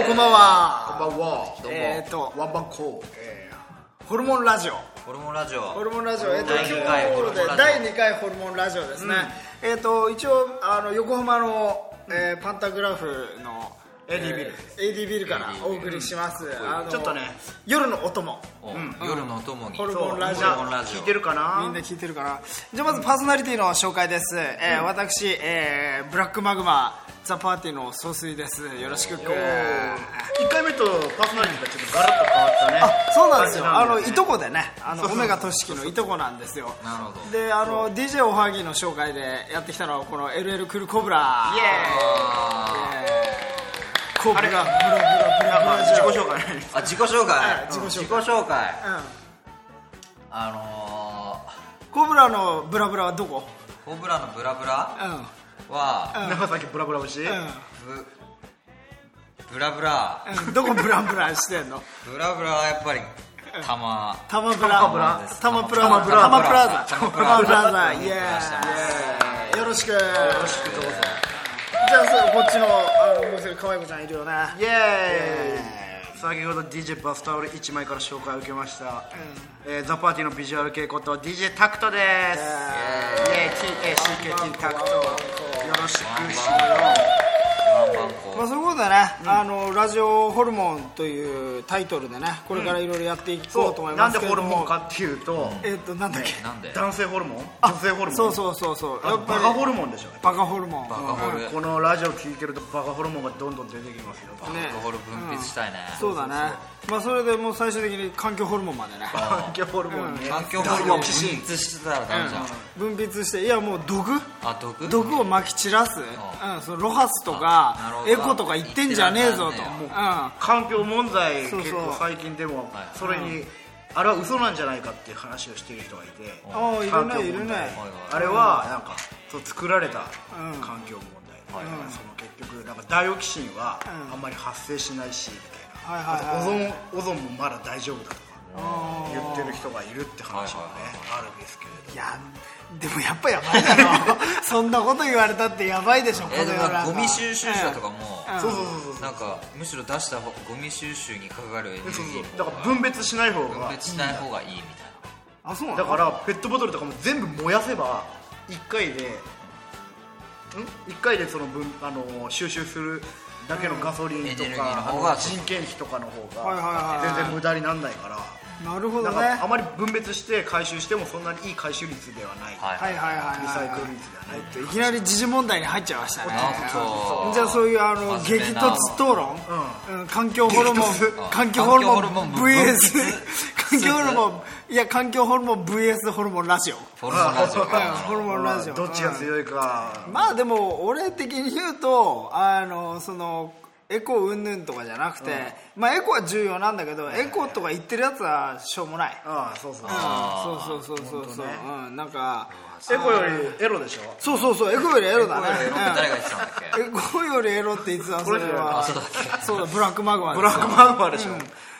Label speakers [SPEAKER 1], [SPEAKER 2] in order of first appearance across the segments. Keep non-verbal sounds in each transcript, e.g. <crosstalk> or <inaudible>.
[SPEAKER 1] は
[SPEAKER 2] こんばんはどうも
[SPEAKER 1] えーと
[SPEAKER 2] ワンバンコーえ
[SPEAKER 1] ホルモンラジオ
[SPEAKER 3] ホルモンラジオ
[SPEAKER 1] ホルモンラジオ、えっと、今
[SPEAKER 3] 第
[SPEAKER 1] 日
[SPEAKER 3] 二回ホルモンラジオ
[SPEAKER 1] 第2回ホルモンラジオですね、えっと一応あの横浜の、えーパンタグラフの
[SPEAKER 2] AD ビル
[SPEAKER 1] AD ビルからお送りします、あの
[SPEAKER 2] ちょっとね
[SPEAKER 1] 夜のお供
[SPEAKER 3] お夜のお供に
[SPEAKER 1] ホルモンラジオ
[SPEAKER 3] ホルモンラジ
[SPEAKER 2] ー
[SPEAKER 3] オ
[SPEAKER 2] 聞いてるか
[SPEAKER 1] み
[SPEAKER 2] なん
[SPEAKER 1] な聞いてるかなじゃあまずパーソナリティの紹介です、えー私、えーブラックマグマザ・パーティーの総帥ですよろしく
[SPEAKER 2] 一回目とパーソナリティがちょっとガラッと変わったね
[SPEAKER 1] あそうなんですよあ
[SPEAKER 2] 感じな
[SPEAKER 1] の
[SPEAKER 2] んで
[SPEAKER 1] いとこでねあのオメガトシキのいとこなんですよ
[SPEAKER 3] なるほど
[SPEAKER 1] であの DJ おはぎの紹介でやってきたのはこの LL クルコブラ
[SPEAKER 2] イエ
[SPEAKER 3] あ
[SPEAKER 1] コブラブラブラブラブラ
[SPEAKER 2] ーイ自己紹介
[SPEAKER 3] ーあ自己紹介
[SPEAKER 1] い自己紹介
[SPEAKER 3] 紹介
[SPEAKER 1] う
[SPEAKER 3] あ
[SPEAKER 1] んコブラのブラブラはどこ
[SPEAKER 3] のーホブラのブラブ
[SPEAKER 1] う
[SPEAKER 3] ラ
[SPEAKER 1] んうん
[SPEAKER 3] は
[SPEAKER 2] 長崎ブラブラ節
[SPEAKER 3] ブブラブラ
[SPEAKER 1] うんどこブランブランしてんの
[SPEAKER 3] ブラブラはやっぱりたま
[SPEAKER 1] タマブラ
[SPEAKER 2] ブラ
[SPEAKER 1] タマプラザ
[SPEAKER 2] タマブラ
[SPEAKER 1] タマプラザ
[SPEAKER 3] タマプ
[SPEAKER 1] タマ
[SPEAKER 3] ラザ
[SPEAKER 1] プラ
[SPEAKER 3] タ
[SPEAKER 1] ザ
[SPEAKER 3] マプラザ
[SPEAKER 1] イエーイよろしく
[SPEAKER 2] よろしくどうぞ
[SPEAKER 1] じゃあそうこっちのあのもう一人可愛い子ちゃんいるよね
[SPEAKER 2] イエーイ先ほど DJ バスタオル1枚から紹介を受けました、えーザ・パーティーのビジュアル系こと DJ タクトですイエーイ TACKT タクトよろしくしよ
[SPEAKER 3] ワンバン
[SPEAKER 1] ま
[SPEAKER 3] コ
[SPEAKER 1] あ、そういうことでね、あのラジオホルモンというタイトルでねこれからいろいろやっていこうと思
[SPEAKER 2] う
[SPEAKER 1] い
[SPEAKER 2] な
[SPEAKER 1] ま
[SPEAKER 2] んで
[SPEAKER 1] すけれ
[SPEAKER 2] ホ
[SPEAKER 1] ど
[SPEAKER 2] ル
[SPEAKER 1] も、
[SPEAKER 2] モンかっていうと、
[SPEAKER 1] えっ、となんだっけ、
[SPEAKER 3] なんで
[SPEAKER 2] 男性ホルモン女性ホルモン
[SPEAKER 1] そうそうそうそうや
[SPEAKER 2] あ
[SPEAKER 1] っぱ
[SPEAKER 2] バ
[SPEAKER 1] り
[SPEAKER 2] カホルモンでしょ
[SPEAKER 1] バカホルモン
[SPEAKER 3] バカホル
[SPEAKER 2] このラジオ聞いてるとバカホルモンがどんどん出てきますよ
[SPEAKER 1] ね
[SPEAKER 3] バカホル分泌したいね
[SPEAKER 1] そうだねまあそれでもう最終的に環境ホルモンまでね
[SPEAKER 2] バカホルモンね
[SPEAKER 3] 環境ホルモン分
[SPEAKER 2] キシン
[SPEAKER 3] 泌してたらダメじゃん
[SPEAKER 1] 分泌していやもう毒
[SPEAKER 3] あ毒
[SPEAKER 1] 毒をまき散らす、
[SPEAKER 3] ん
[SPEAKER 1] うん、そのロハスと
[SPEAKER 3] あなる
[SPEAKER 1] か
[SPEAKER 3] ほど
[SPEAKER 1] エコとか言ってんじゃねえぞと、
[SPEAKER 3] 言って
[SPEAKER 1] う、
[SPEAKER 3] なん
[SPEAKER 2] 環境問題
[SPEAKER 1] そうそ
[SPEAKER 2] 結
[SPEAKER 1] う
[SPEAKER 2] 構最近でも
[SPEAKER 3] はい
[SPEAKER 2] それにあれは嘘なんじゃないかっていう話をしてる人がいて
[SPEAKER 1] ああいる
[SPEAKER 2] 環境
[SPEAKER 1] ねいる
[SPEAKER 2] 問
[SPEAKER 1] ね
[SPEAKER 2] 題
[SPEAKER 3] はい
[SPEAKER 2] あれはなんかそう作られた
[SPEAKER 1] うん
[SPEAKER 2] 環境問題だからその結局なんかダイオキシンは
[SPEAKER 1] うん
[SPEAKER 2] あんまり発生しないしみたい
[SPEAKER 1] はいはい
[SPEAKER 2] な
[SPEAKER 1] はい
[SPEAKER 2] あとオゾンオゾンもまだ大丈夫だとか
[SPEAKER 1] あー
[SPEAKER 2] 言ってる人がいるって話もねあるんですけれど
[SPEAKER 1] いやでもやっぱやばいだろ <laughs> そんなこと言われたってやばいでしょこ
[SPEAKER 3] えーで
[SPEAKER 1] の
[SPEAKER 3] も
[SPEAKER 1] 世
[SPEAKER 3] な
[SPEAKER 1] の中
[SPEAKER 3] んかゴミ収集車とかも
[SPEAKER 1] うん
[SPEAKER 2] そうそうそうそう
[SPEAKER 3] なんかむしろ出した方ゴミ収集にかかるエネルギ
[SPEAKER 2] そうそう
[SPEAKER 3] ー
[SPEAKER 2] だから分別しない方
[SPEAKER 3] 分
[SPEAKER 2] が
[SPEAKER 3] 別しない方がいいみたいな
[SPEAKER 1] あそうな
[SPEAKER 2] だ
[SPEAKER 1] の
[SPEAKER 2] からペットボトルとかも全部燃やせば1回でん1回でその分あの収集するだけのガソリン
[SPEAKER 3] エ
[SPEAKER 2] と
[SPEAKER 3] ネルギー
[SPEAKER 2] か、
[SPEAKER 3] の方が
[SPEAKER 2] あの人件費とかの方
[SPEAKER 1] はいはいはいは
[SPEAKER 2] が
[SPEAKER 1] い
[SPEAKER 2] 全然無駄にならないから、
[SPEAKER 1] なるほ
[SPEAKER 2] な
[SPEAKER 1] どね
[SPEAKER 2] んかあまり分別して回収してもそんなにいい回収率ではない、
[SPEAKER 3] はい
[SPEAKER 1] はいはいはい
[SPEAKER 2] リ
[SPEAKER 1] は
[SPEAKER 2] サ
[SPEAKER 1] い
[SPEAKER 2] イ
[SPEAKER 1] は
[SPEAKER 2] クル
[SPEAKER 1] い
[SPEAKER 2] 率ではない、
[SPEAKER 1] えっといきなり時事問題に入っちゃいましたね
[SPEAKER 3] おっと
[SPEAKER 1] じゃあそういうあの
[SPEAKER 3] 真
[SPEAKER 1] 激
[SPEAKER 3] 面目
[SPEAKER 1] 突
[SPEAKER 3] な
[SPEAKER 1] 討論、うん環境ホルモン
[SPEAKER 2] 激突
[SPEAKER 1] 環境ホルモ
[SPEAKER 3] 環境ホルモン
[SPEAKER 1] ン VS
[SPEAKER 3] <laughs>
[SPEAKER 1] 環
[SPEAKER 3] 分
[SPEAKER 1] 境ホルモンいや環境ホルモン VS ホルモンラジオ
[SPEAKER 3] ホルモンラジオ
[SPEAKER 1] うんホルモンラジオ
[SPEAKER 2] どっちが強いか、
[SPEAKER 1] まあでも俺的に言うとあのそのエコ云々とかじゃなくて、まあエコは重要なんだけどエコとか言ってるやつはしょうもない、
[SPEAKER 2] ああそうそう
[SPEAKER 3] あ
[SPEAKER 1] そうそうそうそうそう、うんなんか
[SPEAKER 2] エコよりエロでしょ
[SPEAKER 1] そうそうそうエコよりエロだね
[SPEAKER 3] エコよりエロって誰が言ってたんだっけ
[SPEAKER 1] うんエコよりエロっていつだそれは
[SPEAKER 3] あそうだっけ
[SPEAKER 1] そうだブラックマグマです
[SPEAKER 2] ブ
[SPEAKER 1] よ
[SPEAKER 2] ラックマンバーでし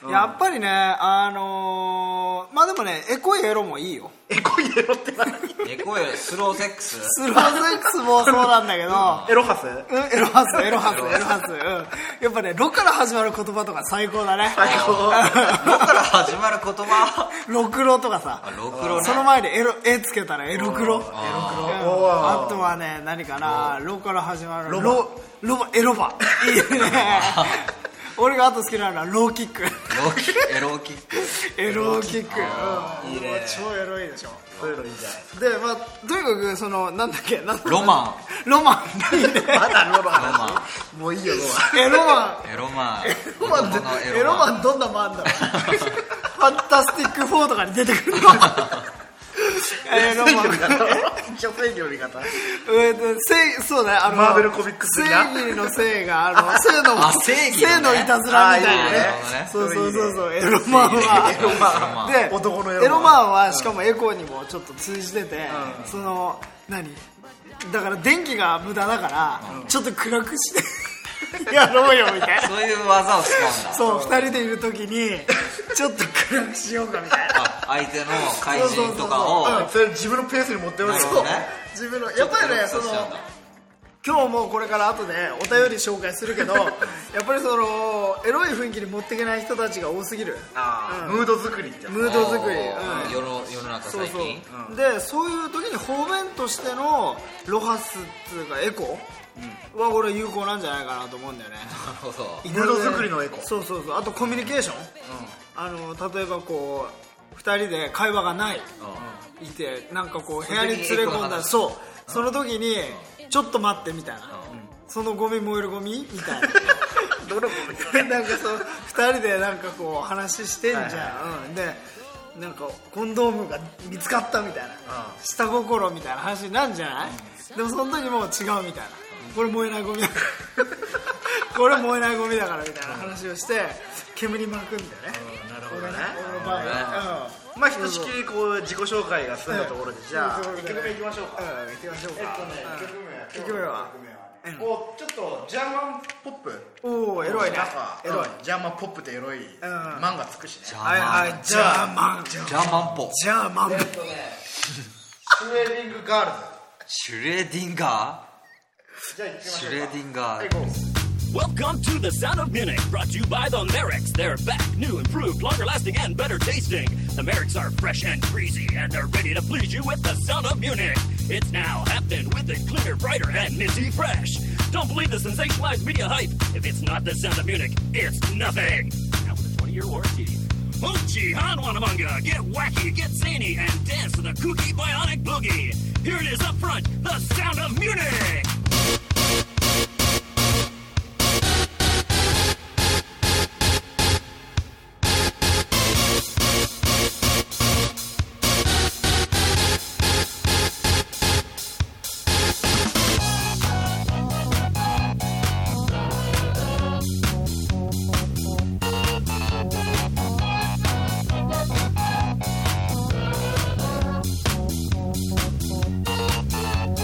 [SPEAKER 2] ょ、
[SPEAKER 1] やっぱりねあのーまあでもねエコいエロもいいよ
[SPEAKER 2] エコいエロって何
[SPEAKER 3] エコよりスローセックス
[SPEAKER 1] スローセックスもそうなんだけど
[SPEAKER 2] エロハス
[SPEAKER 1] うん、エロハス、エロハス、エロハス。うん。やっぱね、ロから始まる言葉とか最高だね。
[SPEAKER 2] 最
[SPEAKER 1] <laughs>
[SPEAKER 2] 高
[SPEAKER 3] ロから始まる言葉
[SPEAKER 1] ロクロとかさ
[SPEAKER 3] あ。ロクロね
[SPEAKER 1] その前にエロ、絵つけたらエロクロ。うん
[SPEAKER 2] お
[SPEAKER 1] あとはね、何かな、ロから始まる。
[SPEAKER 2] ロバ
[SPEAKER 1] ロ、ロバ、エロバ。いいね。俺があと好きなのはローキック。
[SPEAKER 3] ロキエロキック
[SPEAKER 1] エローキック。うん。いいね。超エロいでしょ。
[SPEAKER 2] そういうのいいんじゃないですか
[SPEAKER 1] で、まあ、とにかく、その、なんだっけ、なんだっけ
[SPEAKER 3] ロマ
[SPEAKER 1] ロマン。いいね。
[SPEAKER 2] まだロマン
[SPEAKER 3] ロマ
[SPEAKER 2] もういいよロ
[SPEAKER 1] エロマン。
[SPEAKER 3] ンエロマン
[SPEAKER 1] エロマンっ
[SPEAKER 3] 子供の
[SPEAKER 1] てエロマンどんなマンだろうファンタスティック4とかに出てくるのエロマン
[SPEAKER 2] ン女性の味方
[SPEAKER 1] えっと正そうだねあの
[SPEAKER 2] マーベルコミックス
[SPEAKER 1] 正
[SPEAKER 2] 的な
[SPEAKER 1] 義の性があの性の
[SPEAKER 3] あ正義のね
[SPEAKER 1] 性のいたずらみたいなね
[SPEAKER 3] あーいいねなる
[SPEAKER 1] そ
[SPEAKER 2] ほ
[SPEAKER 1] う
[SPEAKER 2] どね
[SPEAKER 1] そうそうそうエロマンは
[SPEAKER 2] エロマ
[SPEAKER 3] ン
[SPEAKER 1] で
[SPEAKER 2] 男のエロマン
[SPEAKER 1] エロマンはしかもエコーにもちょっと通じてて、その何だから電気が無駄だから、ちょっと暗くして <laughs> やろうよみたいな
[SPEAKER 3] そういう技を使うんだ
[SPEAKER 1] そう2人でいる時にちょっと暗くしようかみたいな
[SPEAKER 3] あ相手の怪人とかを
[SPEAKER 2] うんそれ自分のペースに持ってます
[SPEAKER 3] なる
[SPEAKER 2] よ
[SPEAKER 3] ほどね
[SPEAKER 1] 自分のやっぱりね
[SPEAKER 3] ち
[SPEAKER 1] そ
[SPEAKER 3] ょ
[SPEAKER 1] の
[SPEAKER 3] とエロくさせちゃうんだ
[SPEAKER 1] 今日もこれから後でお便り紹介するけどやっぱりそのエロい雰囲気に持っていけない人たちが多すぎる
[SPEAKER 2] あームード作りってやつ
[SPEAKER 1] ムード作り、
[SPEAKER 3] あー
[SPEAKER 1] うん
[SPEAKER 3] 世の世の中
[SPEAKER 1] そう
[SPEAKER 3] 最
[SPEAKER 1] そう、
[SPEAKER 3] 近
[SPEAKER 1] でそういう時に方面としてのロハスっていうかエコは俺有効なんじゃないかなと思うんだよね
[SPEAKER 3] なるほど
[SPEAKER 2] ムード作りのエコ
[SPEAKER 1] そうそうそうあとコミュニケーション、あの例えばこう2人で会話がないいてなんかこう部屋に連れ込んだら
[SPEAKER 3] そ
[SPEAKER 1] そうその時にちょっと待ってみたいなそのゴミ燃えるゴミ
[SPEAKER 2] <laughs>
[SPEAKER 1] みたいななんかそう2人でなんかこう話してんじゃん、うん、でなんかコンドームが見つかったみたいな、下心みたいな話になんじゃない、でもその時もう違うみたいな、これ燃えないゴミだからこれ燃えないゴミだからみたいな話をして煙に巻くんだよね、
[SPEAKER 2] なるほど
[SPEAKER 1] これ
[SPEAKER 2] ね
[SPEAKER 1] ね俺の場合はうん
[SPEAKER 2] まあひとしきりこう自己紹介が済んだところでじゃあ
[SPEAKER 1] そういう
[SPEAKER 2] 1
[SPEAKER 1] ところで
[SPEAKER 2] 曲目いきましょうか
[SPEAKER 1] うん行きましょうか、うん
[SPEAKER 2] 一
[SPEAKER 1] 一曲目は
[SPEAKER 2] 曲目はこうちょっとジャーマンポップ
[SPEAKER 1] おおエロいね
[SPEAKER 2] なんか
[SPEAKER 1] エロい
[SPEAKER 2] ジャーマンポップってエロい漫画つくしね
[SPEAKER 3] ジャーマン
[SPEAKER 1] はいはいジャーマンジ
[SPEAKER 3] ジャーマンポ
[SPEAKER 1] ャーマン
[SPEAKER 2] シュレーディングガール
[SPEAKER 3] シュレーディンガ
[SPEAKER 2] ズじゃあ行きま
[SPEAKER 3] ー
[SPEAKER 2] し
[SPEAKER 3] シ
[SPEAKER 2] ょうか
[SPEAKER 3] ュレーディンガ
[SPEAKER 2] はい
[SPEAKER 3] ー
[SPEAKER 2] 行こう
[SPEAKER 4] Welcome to the sound of Munich, brought to you by the Merricks. They're back, new, improved, longer lasting, and better tasting. The Merricks are fresh and breezy, and they're ready to please you with the sound of Munich. It's now happening with it cleaner, brighter, and minty fresh. Don't believe the sensationalized media hype. If it's not the sound of Munich, it's nothing. Now with a 20 year warranty. Hoochie, Hanwanamunga, get wacky, get zany, and dance to the kooky bionic boogie. Here it is up front, the sound of Munich.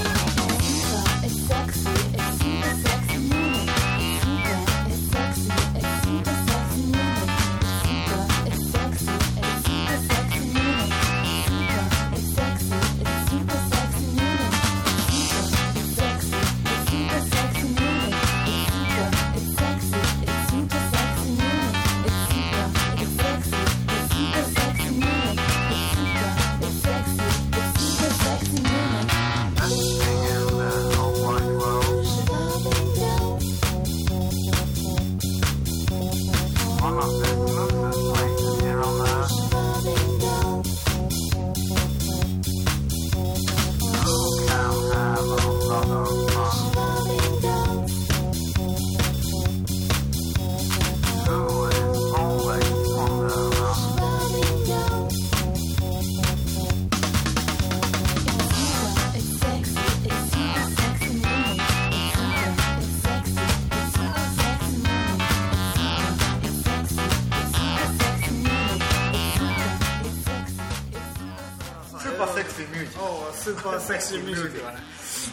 [SPEAKER 5] It's sexy, it's super sexy music. Super, it's sexy, it's super sexy music. Super, it's sexy, it's super sexy music. Super, it's sexy, it's super sexy music. Super, it's sexy, it's super sexy music. Super, it's sexy, it's super sexy music. It's super, it's sexy, it's super sexy music. It's super, it's sexy, it's super sexy music. It's sexy, it's super sexy music. It's sexy, it's super sexy music. It's sexy, it's super sexy music. It's super, it's sexy, it's super sexy.
[SPEAKER 2] スーパーセクシーミュージッ
[SPEAKER 1] おースーパーセクシーミュージックだね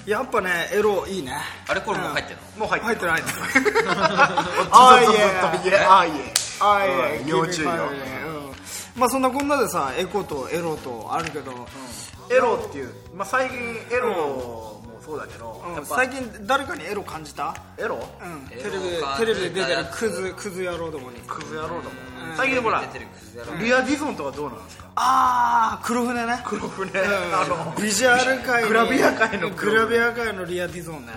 [SPEAKER 1] やっぱねエロいいね
[SPEAKER 3] あれこれもう入ってんの
[SPEAKER 2] クもう入って
[SPEAKER 1] 入ってないね
[SPEAKER 2] あ
[SPEAKER 1] い
[SPEAKER 2] いえあいえ
[SPEAKER 1] あい
[SPEAKER 2] うん
[SPEAKER 1] え
[SPEAKER 2] 要注意よ
[SPEAKER 1] まあそんなこんなでさエコとエロとあるけど、
[SPEAKER 2] エロっていうまあ最近エロもそうだけど
[SPEAKER 1] うん
[SPEAKER 2] やっぱ
[SPEAKER 1] 最近誰かにエロ感じた、
[SPEAKER 2] エロ
[SPEAKER 1] うん、テ
[SPEAKER 3] エ
[SPEAKER 1] レ
[SPEAKER 3] ロ
[SPEAKER 1] ビ
[SPEAKER 3] 感
[SPEAKER 1] テ
[SPEAKER 3] じた
[SPEAKER 1] レビで出てるクズクズ野郎どもに
[SPEAKER 2] クズ野郎だもん最近ほら
[SPEAKER 3] 出てるクズ野郎
[SPEAKER 2] リアディゾンとかどうなんですか
[SPEAKER 1] ああ黒船ね
[SPEAKER 2] 黒船
[SPEAKER 1] うん
[SPEAKER 2] あの
[SPEAKER 1] ビジュアル界の
[SPEAKER 2] グラビア界の黒
[SPEAKER 1] グラビア界のリアディゾンね、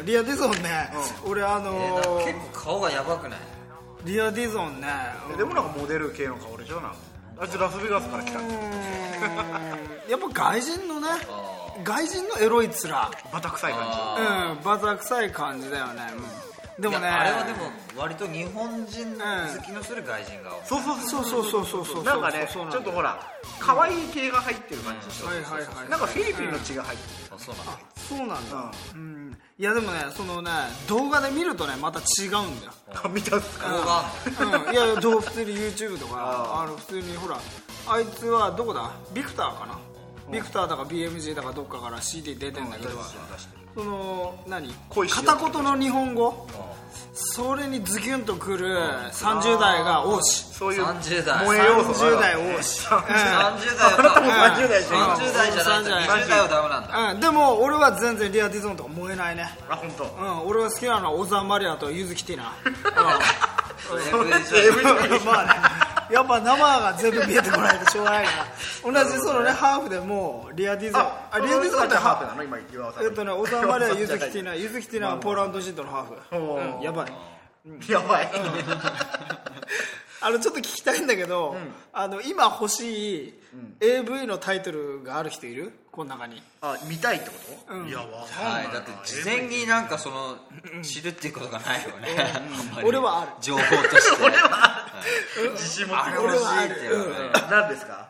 [SPEAKER 1] うん、リアディゾンね、俺あのー
[SPEAKER 3] 結構顔がヤバくない
[SPEAKER 1] リアディゾンね
[SPEAKER 2] うんでもなんかモデル系の顔でしょなんかあいつラスベガスから来たんだよ
[SPEAKER 1] やっぱ外人のね外人のエロい面
[SPEAKER 2] バタ臭い感じ
[SPEAKER 1] うんバザ臭い感じだよね、うんでもね
[SPEAKER 3] いやあれはでも割と日本人の好きのする外人が多
[SPEAKER 1] そう
[SPEAKER 3] い
[SPEAKER 1] そうそうそうそうそうそう
[SPEAKER 2] なんかねち
[SPEAKER 1] そう
[SPEAKER 2] ょ
[SPEAKER 1] な
[SPEAKER 2] っ
[SPEAKER 1] んだよ
[SPEAKER 2] とほら可愛い系が入ってる感じでしょ
[SPEAKER 1] はいはいはい
[SPEAKER 2] なんかフィリピンの血が入ってる
[SPEAKER 3] あそうなんだ
[SPEAKER 1] そうなんだ、うん、いやでもねそのね動画で見るとねまた違うんだよ
[SPEAKER 2] 見たん <laughs> すか
[SPEAKER 3] 顔が
[SPEAKER 1] うん、いやいやどう普通に YouTube とかあの普通にほらあいつはどこだビクターかな、ビクターだか BMG だかどっかから CD 出てんだけど、その何
[SPEAKER 2] 恋しよう
[SPEAKER 1] 片言の日本語それにズキュンとくる30代が多し
[SPEAKER 2] そういう
[SPEAKER 3] 30代
[SPEAKER 2] 燃え要素
[SPEAKER 1] 30代多し
[SPEAKER 3] 30代は
[SPEAKER 2] あなたも30代でしょ今
[SPEAKER 3] 30代じゃないんだ
[SPEAKER 1] 30
[SPEAKER 3] 20代はダメなんだ
[SPEAKER 1] うん、でも俺は全然リアディゾーンとか燃えないね
[SPEAKER 2] あ本当。
[SPEAKER 1] うん俺は好きなのは小沢まりやとゆずきティ
[SPEAKER 3] <laughs>
[SPEAKER 1] ナ
[SPEAKER 3] AV
[SPEAKER 2] <laughs>
[SPEAKER 1] まあねやっぱ生が全部見えてこないとしょうがないから同じそのねハーフでもうリアディゾーンあリアディゾーンってハーフ
[SPEAKER 2] なの今岩尾さ
[SPEAKER 1] えっとね小沢まりやゆずきティナゆずきティナはポーランド人とのハーフ、うん、やばい
[SPEAKER 2] <laughs>
[SPEAKER 1] <laughs>
[SPEAKER 2] やばい
[SPEAKER 1] あのちょっと聞きたいんだけど、あの今欲しい AV のタイトルがある人いるこの中に
[SPEAKER 2] あ見たいってこと、いやわかん
[SPEAKER 3] はい、
[SPEAKER 2] ない
[SPEAKER 3] だって事前になんかその知るっていうことがないよね、あんまり
[SPEAKER 1] 俺はある
[SPEAKER 3] 情報として俺は
[SPEAKER 2] 自信持っ
[SPEAKER 3] あ
[SPEAKER 2] て
[SPEAKER 3] れ
[SPEAKER 2] る
[SPEAKER 3] 欲しいっていうのはね
[SPEAKER 2] 何ですか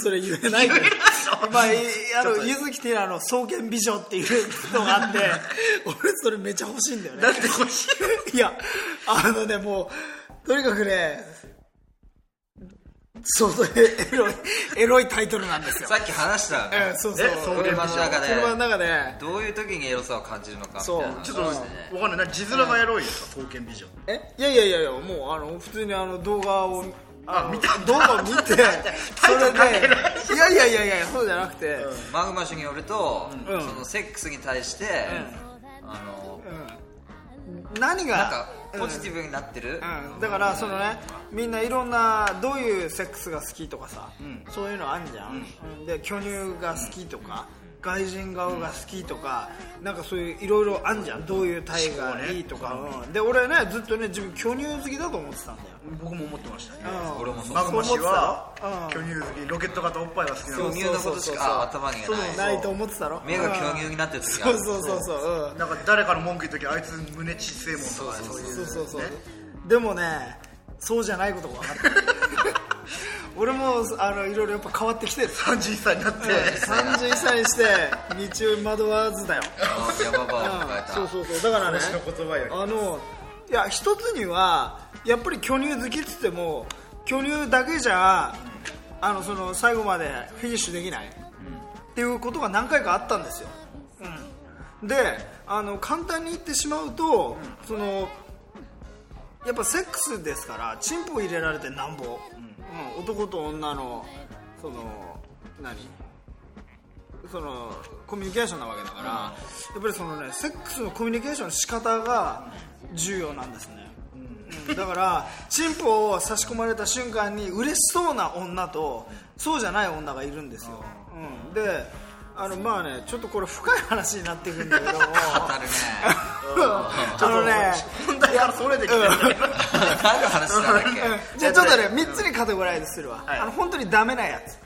[SPEAKER 1] <laughs> それ言えないけどまあ、いあの柚木ティラの「双剣美女」っていうのがあって <laughs> 俺それめちゃ欲しいんだよねだって欲しいいやあのねもうとにかくねそうそうエロいエロいタイトルなんですよ、
[SPEAKER 3] さっき話したよね
[SPEAKER 1] うん、そうそう
[SPEAKER 2] えそう
[SPEAKER 3] 車の中で
[SPEAKER 1] 車の中で
[SPEAKER 3] どういう時にエロさを感じるのかみたい
[SPEAKER 1] そう
[SPEAKER 3] な
[SPEAKER 2] ちょっとわかんない字面がエロいですか刀剣美女
[SPEAKER 1] えいやいやいやいやもうあの普通にあの動画を
[SPEAKER 2] あ見た
[SPEAKER 1] 動画を <laughs> 見てそれでいやいやいやいやそうじゃなくて、
[SPEAKER 3] マグマ氏によると、
[SPEAKER 1] うん
[SPEAKER 3] そのセックスに対して、あの
[SPEAKER 1] 何が
[SPEAKER 3] なんかポジティブになってる、
[SPEAKER 1] うん、だからそのねみんないろんなどういうセックスが好きとかさ、そういうのあんじゃん、で巨乳が好きとか、外人顔が好きとか、なんかそういういろいろあんじゃんどういう体がいいとか、うん、で俺ねずっとね自分巨乳好きだと思ってたんだよ、
[SPEAKER 2] 僕も思ってましたね
[SPEAKER 1] うん
[SPEAKER 3] 俺もそう
[SPEAKER 2] マグマ氏は
[SPEAKER 1] そう思ってた
[SPEAKER 2] 巨乳好きロケット型おっぱいが好きな
[SPEAKER 3] 巨
[SPEAKER 2] の
[SPEAKER 3] 乳のことしか頭にはない
[SPEAKER 1] ないと思ってたろ
[SPEAKER 3] 目が巨乳になってる時があ
[SPEAKER 1] う
[SPEAKER 3] る
[SPEAKER 1] んそうそうそうそう、うん、
[SPEAKER 2] なんか誰かの文句言う時あいつ胸ちっせえもんとかそういう
[SPEAKER 1] そうそうそう、でもねそうじゃないことが分かった <laughs> 俺もあのいろいろやっぱ変わってきてる
[SPEAKER 2] 31歳にな <laughs> って
[SPEAKER 1] 31歳にして道を惑わずだよ、
[SPEAKER 3] あーヤババを
[SPEAKER 1] う
[SPEAKER 3] 迎
[SPEAKER 1] ん
[SPEAKER 3] えた
[SPEAKER 1] そうそうそうだからね
[SPEAKER 2] 私の言葉より
[SPEAKER 1] あのいや一つにはやっぱり巨乳好きっつっても巨乳だけじゃあのその最後までフィニッシュできない、っていうことが何回かあったんですよ、であの簡単に言ってしまうと、そのやっぱセックスですからチンポ入れられてなんぼ、うん男と女のその何そのコミュニケーションなわけだから、やっぱりそのねセックスのコミュニケーションの仕方が重要なんですね、うんだからチンポを差し込まれた瞬間に嬉しそうな女とそうじゃない女がいるんですよ、うん、であのまあねちょっとこれ深い話になっていくんだけども
[SPEAKER 3] 当たるね
[SPEAKER 1] <laughs>
[SPEAKER 3] <laughs>
[SPEAKER 1] あのね
[SPEAKER 2] 問題からそれてきてる
[SPEAKER 3] 何の話したんだっ
[SPEAKER 1] じゃあちょっとね3つにカテゴライズするわ、
[SPEAKER 2] い
[SPEAKER 1] あの本当にダメなやつ、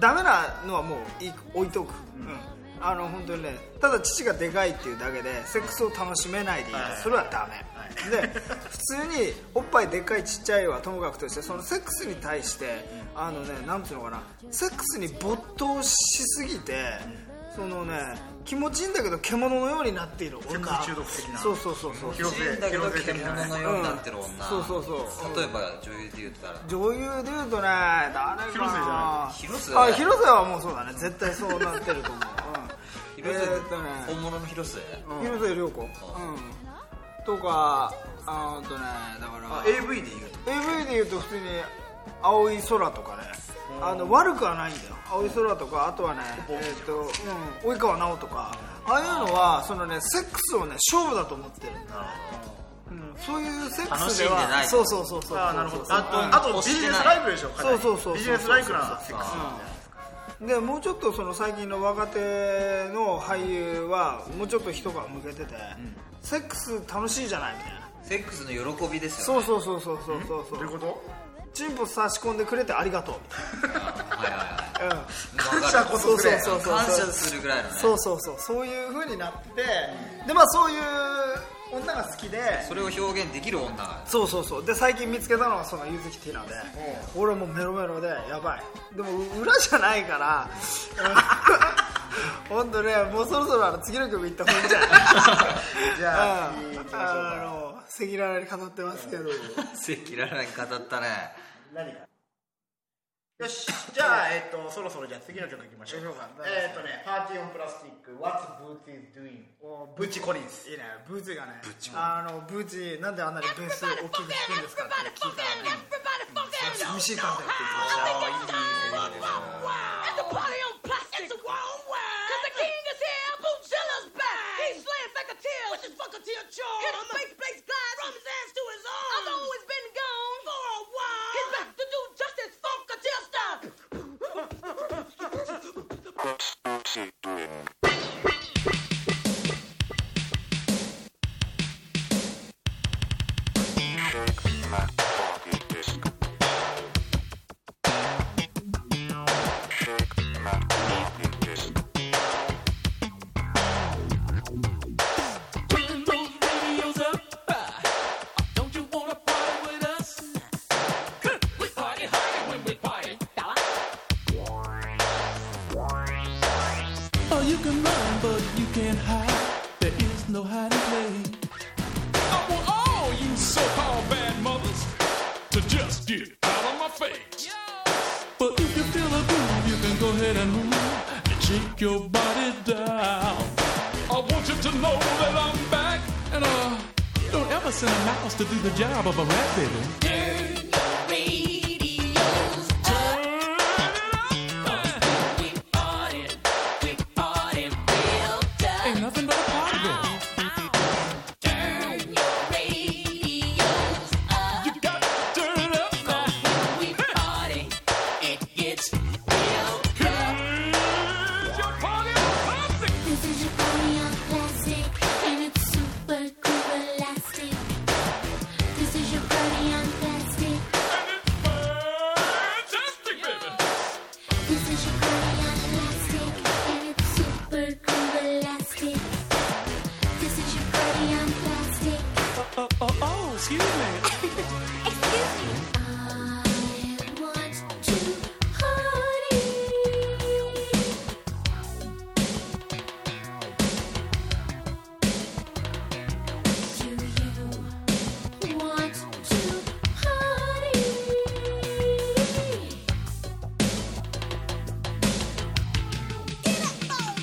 [SPEAKER 1] ダメなのはもうい置いとく、うんあの本当にねただ父がでかいっていうだけでセックスを楽しめないでいい、それはダメ、で普通におっぱいでっかいちっちゃいはともかくとしてそのセックスに対して、あのねなんていうのかなセックスに没頭しすぎて、そのね気持ちいいんだけど獣のようになっている女
[SPEAKER 2] 中毒的な
[SPEAKER 1] そうそうそうそう
[SPEAKER 2] 広
[SPEAKER 3] け死んだけど獣のようになってる女、
[SPEAKER 1] うんそうそうそう
[SPEAKER 3] 例えば女優で言ったら
[SPEAKER 1] 女優でいうとね誰かな
[SPEAKER 2] 広瀬じゃ
[SPEAKER 3] 広瀬
[SPEAKER 1] あ広瀬はもうそうだね絶対そうなってると思う、うん、
[SPEAKER 3] 広瀬
[SPEAKER 1] <laughs> えーっとね
[SPEAKER 3] 本物の広瀬
[SPEAKER 1] 広瀬涼子、うん、とかあーっとねだから
[SPEAKER 2] AV で言うと
[SPEAKER 1] AV で言うと普通に青い空とかねあの悪くはないんだよ青い空とかあとはね、えーっとうん、及川奈緒とかああいうのはそのねセックスをね勝負だと思ってるんだ、うん、そういうセックスでは
[SPEAKER 3] 楽しんでない
[SPEAKER 1] そうそうそうそう
[SPEAKER 2] あなるほど
[SPEAKER 1] そうそうそう
[SPEAKER 2] あとあとビジネスライクでしょかなり
[SPEAKER 1] そうそうそうそう
[SPEAKER 2] ビジネスライクなセックス
[SPEAKER 1] でもうちょっとその最近の若手の俳優はもうちょっと一皮向けてて、セックス楽しいじゃないみたいな
[SPEAKER 3] セックスの喜びです
[SPEAKER 1] そ
[SPEAKER 3] よ
[SPEAKER 1] う
[SPEAKER 3] ね
[SPEAKER 1] そうそうそうそうそうそ
[SPEAKER 2] ど
[SPEAKER 1] う
[SPEAKER 2] ういうこと
[SPEAKER 1] チンポ差し込んでくれてありがとう
[SPEAKER 3] はい
[SPEAKER 1] みた
[SPEAKER 3] はいはい
[SPEAKER 1] いな、うん、
[SPEAKER 3] 感
[SPEAKER 2] 謝こそくれ
[SPEAKER 1] そうそうそうそう
[SPEAKER 3] 感謝するぐらいのね
[SPEAKER 1] そうそうそうそういう風になってでまあそういう女が好きで
[SPEAKER 3] それを表現できる女が
[SPEAKER 1] そうそうそうで最近見つけたのがそのゆずきティナで俺もうメロメロでやばいでもう裏じゃないから <laughs> 本当ねもうそろそろあの次の曲行った方がいいんじゃない
[SPEAKER 2] <laughs> じゃあ
[SPEAKER 1] うん
[SPEAKER 2] 次行きましょう
[SPEAKER 1] あの赤裸々に語ってますけど
[SPEAKER 3] <laughs> 赤裸々に語ったね
[SPEAKER 2] よしじゃあ、ええっと、そろそろじゃあ次の曲いきましょうか。えっとね、パーティーオンプラスティック、What's Booty Doing?
[SPEAKER 1] お
[SPEAKER 2] ブチコリンス。
[SPEAKER 1] いいねブーチがねあのブーチなんであんなにベース大きく弾くんですかって聞いたらね寂しいからだよって言ってました
[SPEAKER 3] ああいいね
[SPEAKER 6] At the party on plastic. It's worldwide. Cause the king is here. Boozilla's back. He's slaying Fakatiel. Which is Fakatiel Charles. His face blades glide from his ass to his arm. I've always been gone for a while. He's back to do just his Fakatiel style.
[SPEAKER 7] Turn those radios up high. Don't you wanna party with us? We party harder when we party. Oh, you can run, but you can't hide. There is no hiding place. I want all you so-called bad mothers to just get out of my face. But if you feel a groove, you can go ahead and move and shake your body down. I want you to know that I'm back, and uh, don't ever send a mouse to do the job of a rat, baby. Ain't nothing but a party, baby. You got to turn it up now. Cause your party is classic.
[SPEAKER 5] This is your body on plastic, and it's super cool elastic. This is your body on plastic.
[SPEAKER 7] And it's fantastic, baby.
[SPEAKER 5] This is your body on plastic, and it's super cool elastic. This is your body on plastic.
[SPEAKER 7] Oh, oh, oh, excuse me.
[SPEAKER 5] Excuse me. I want to party. Do you want to party?
[SPEAKER 7] I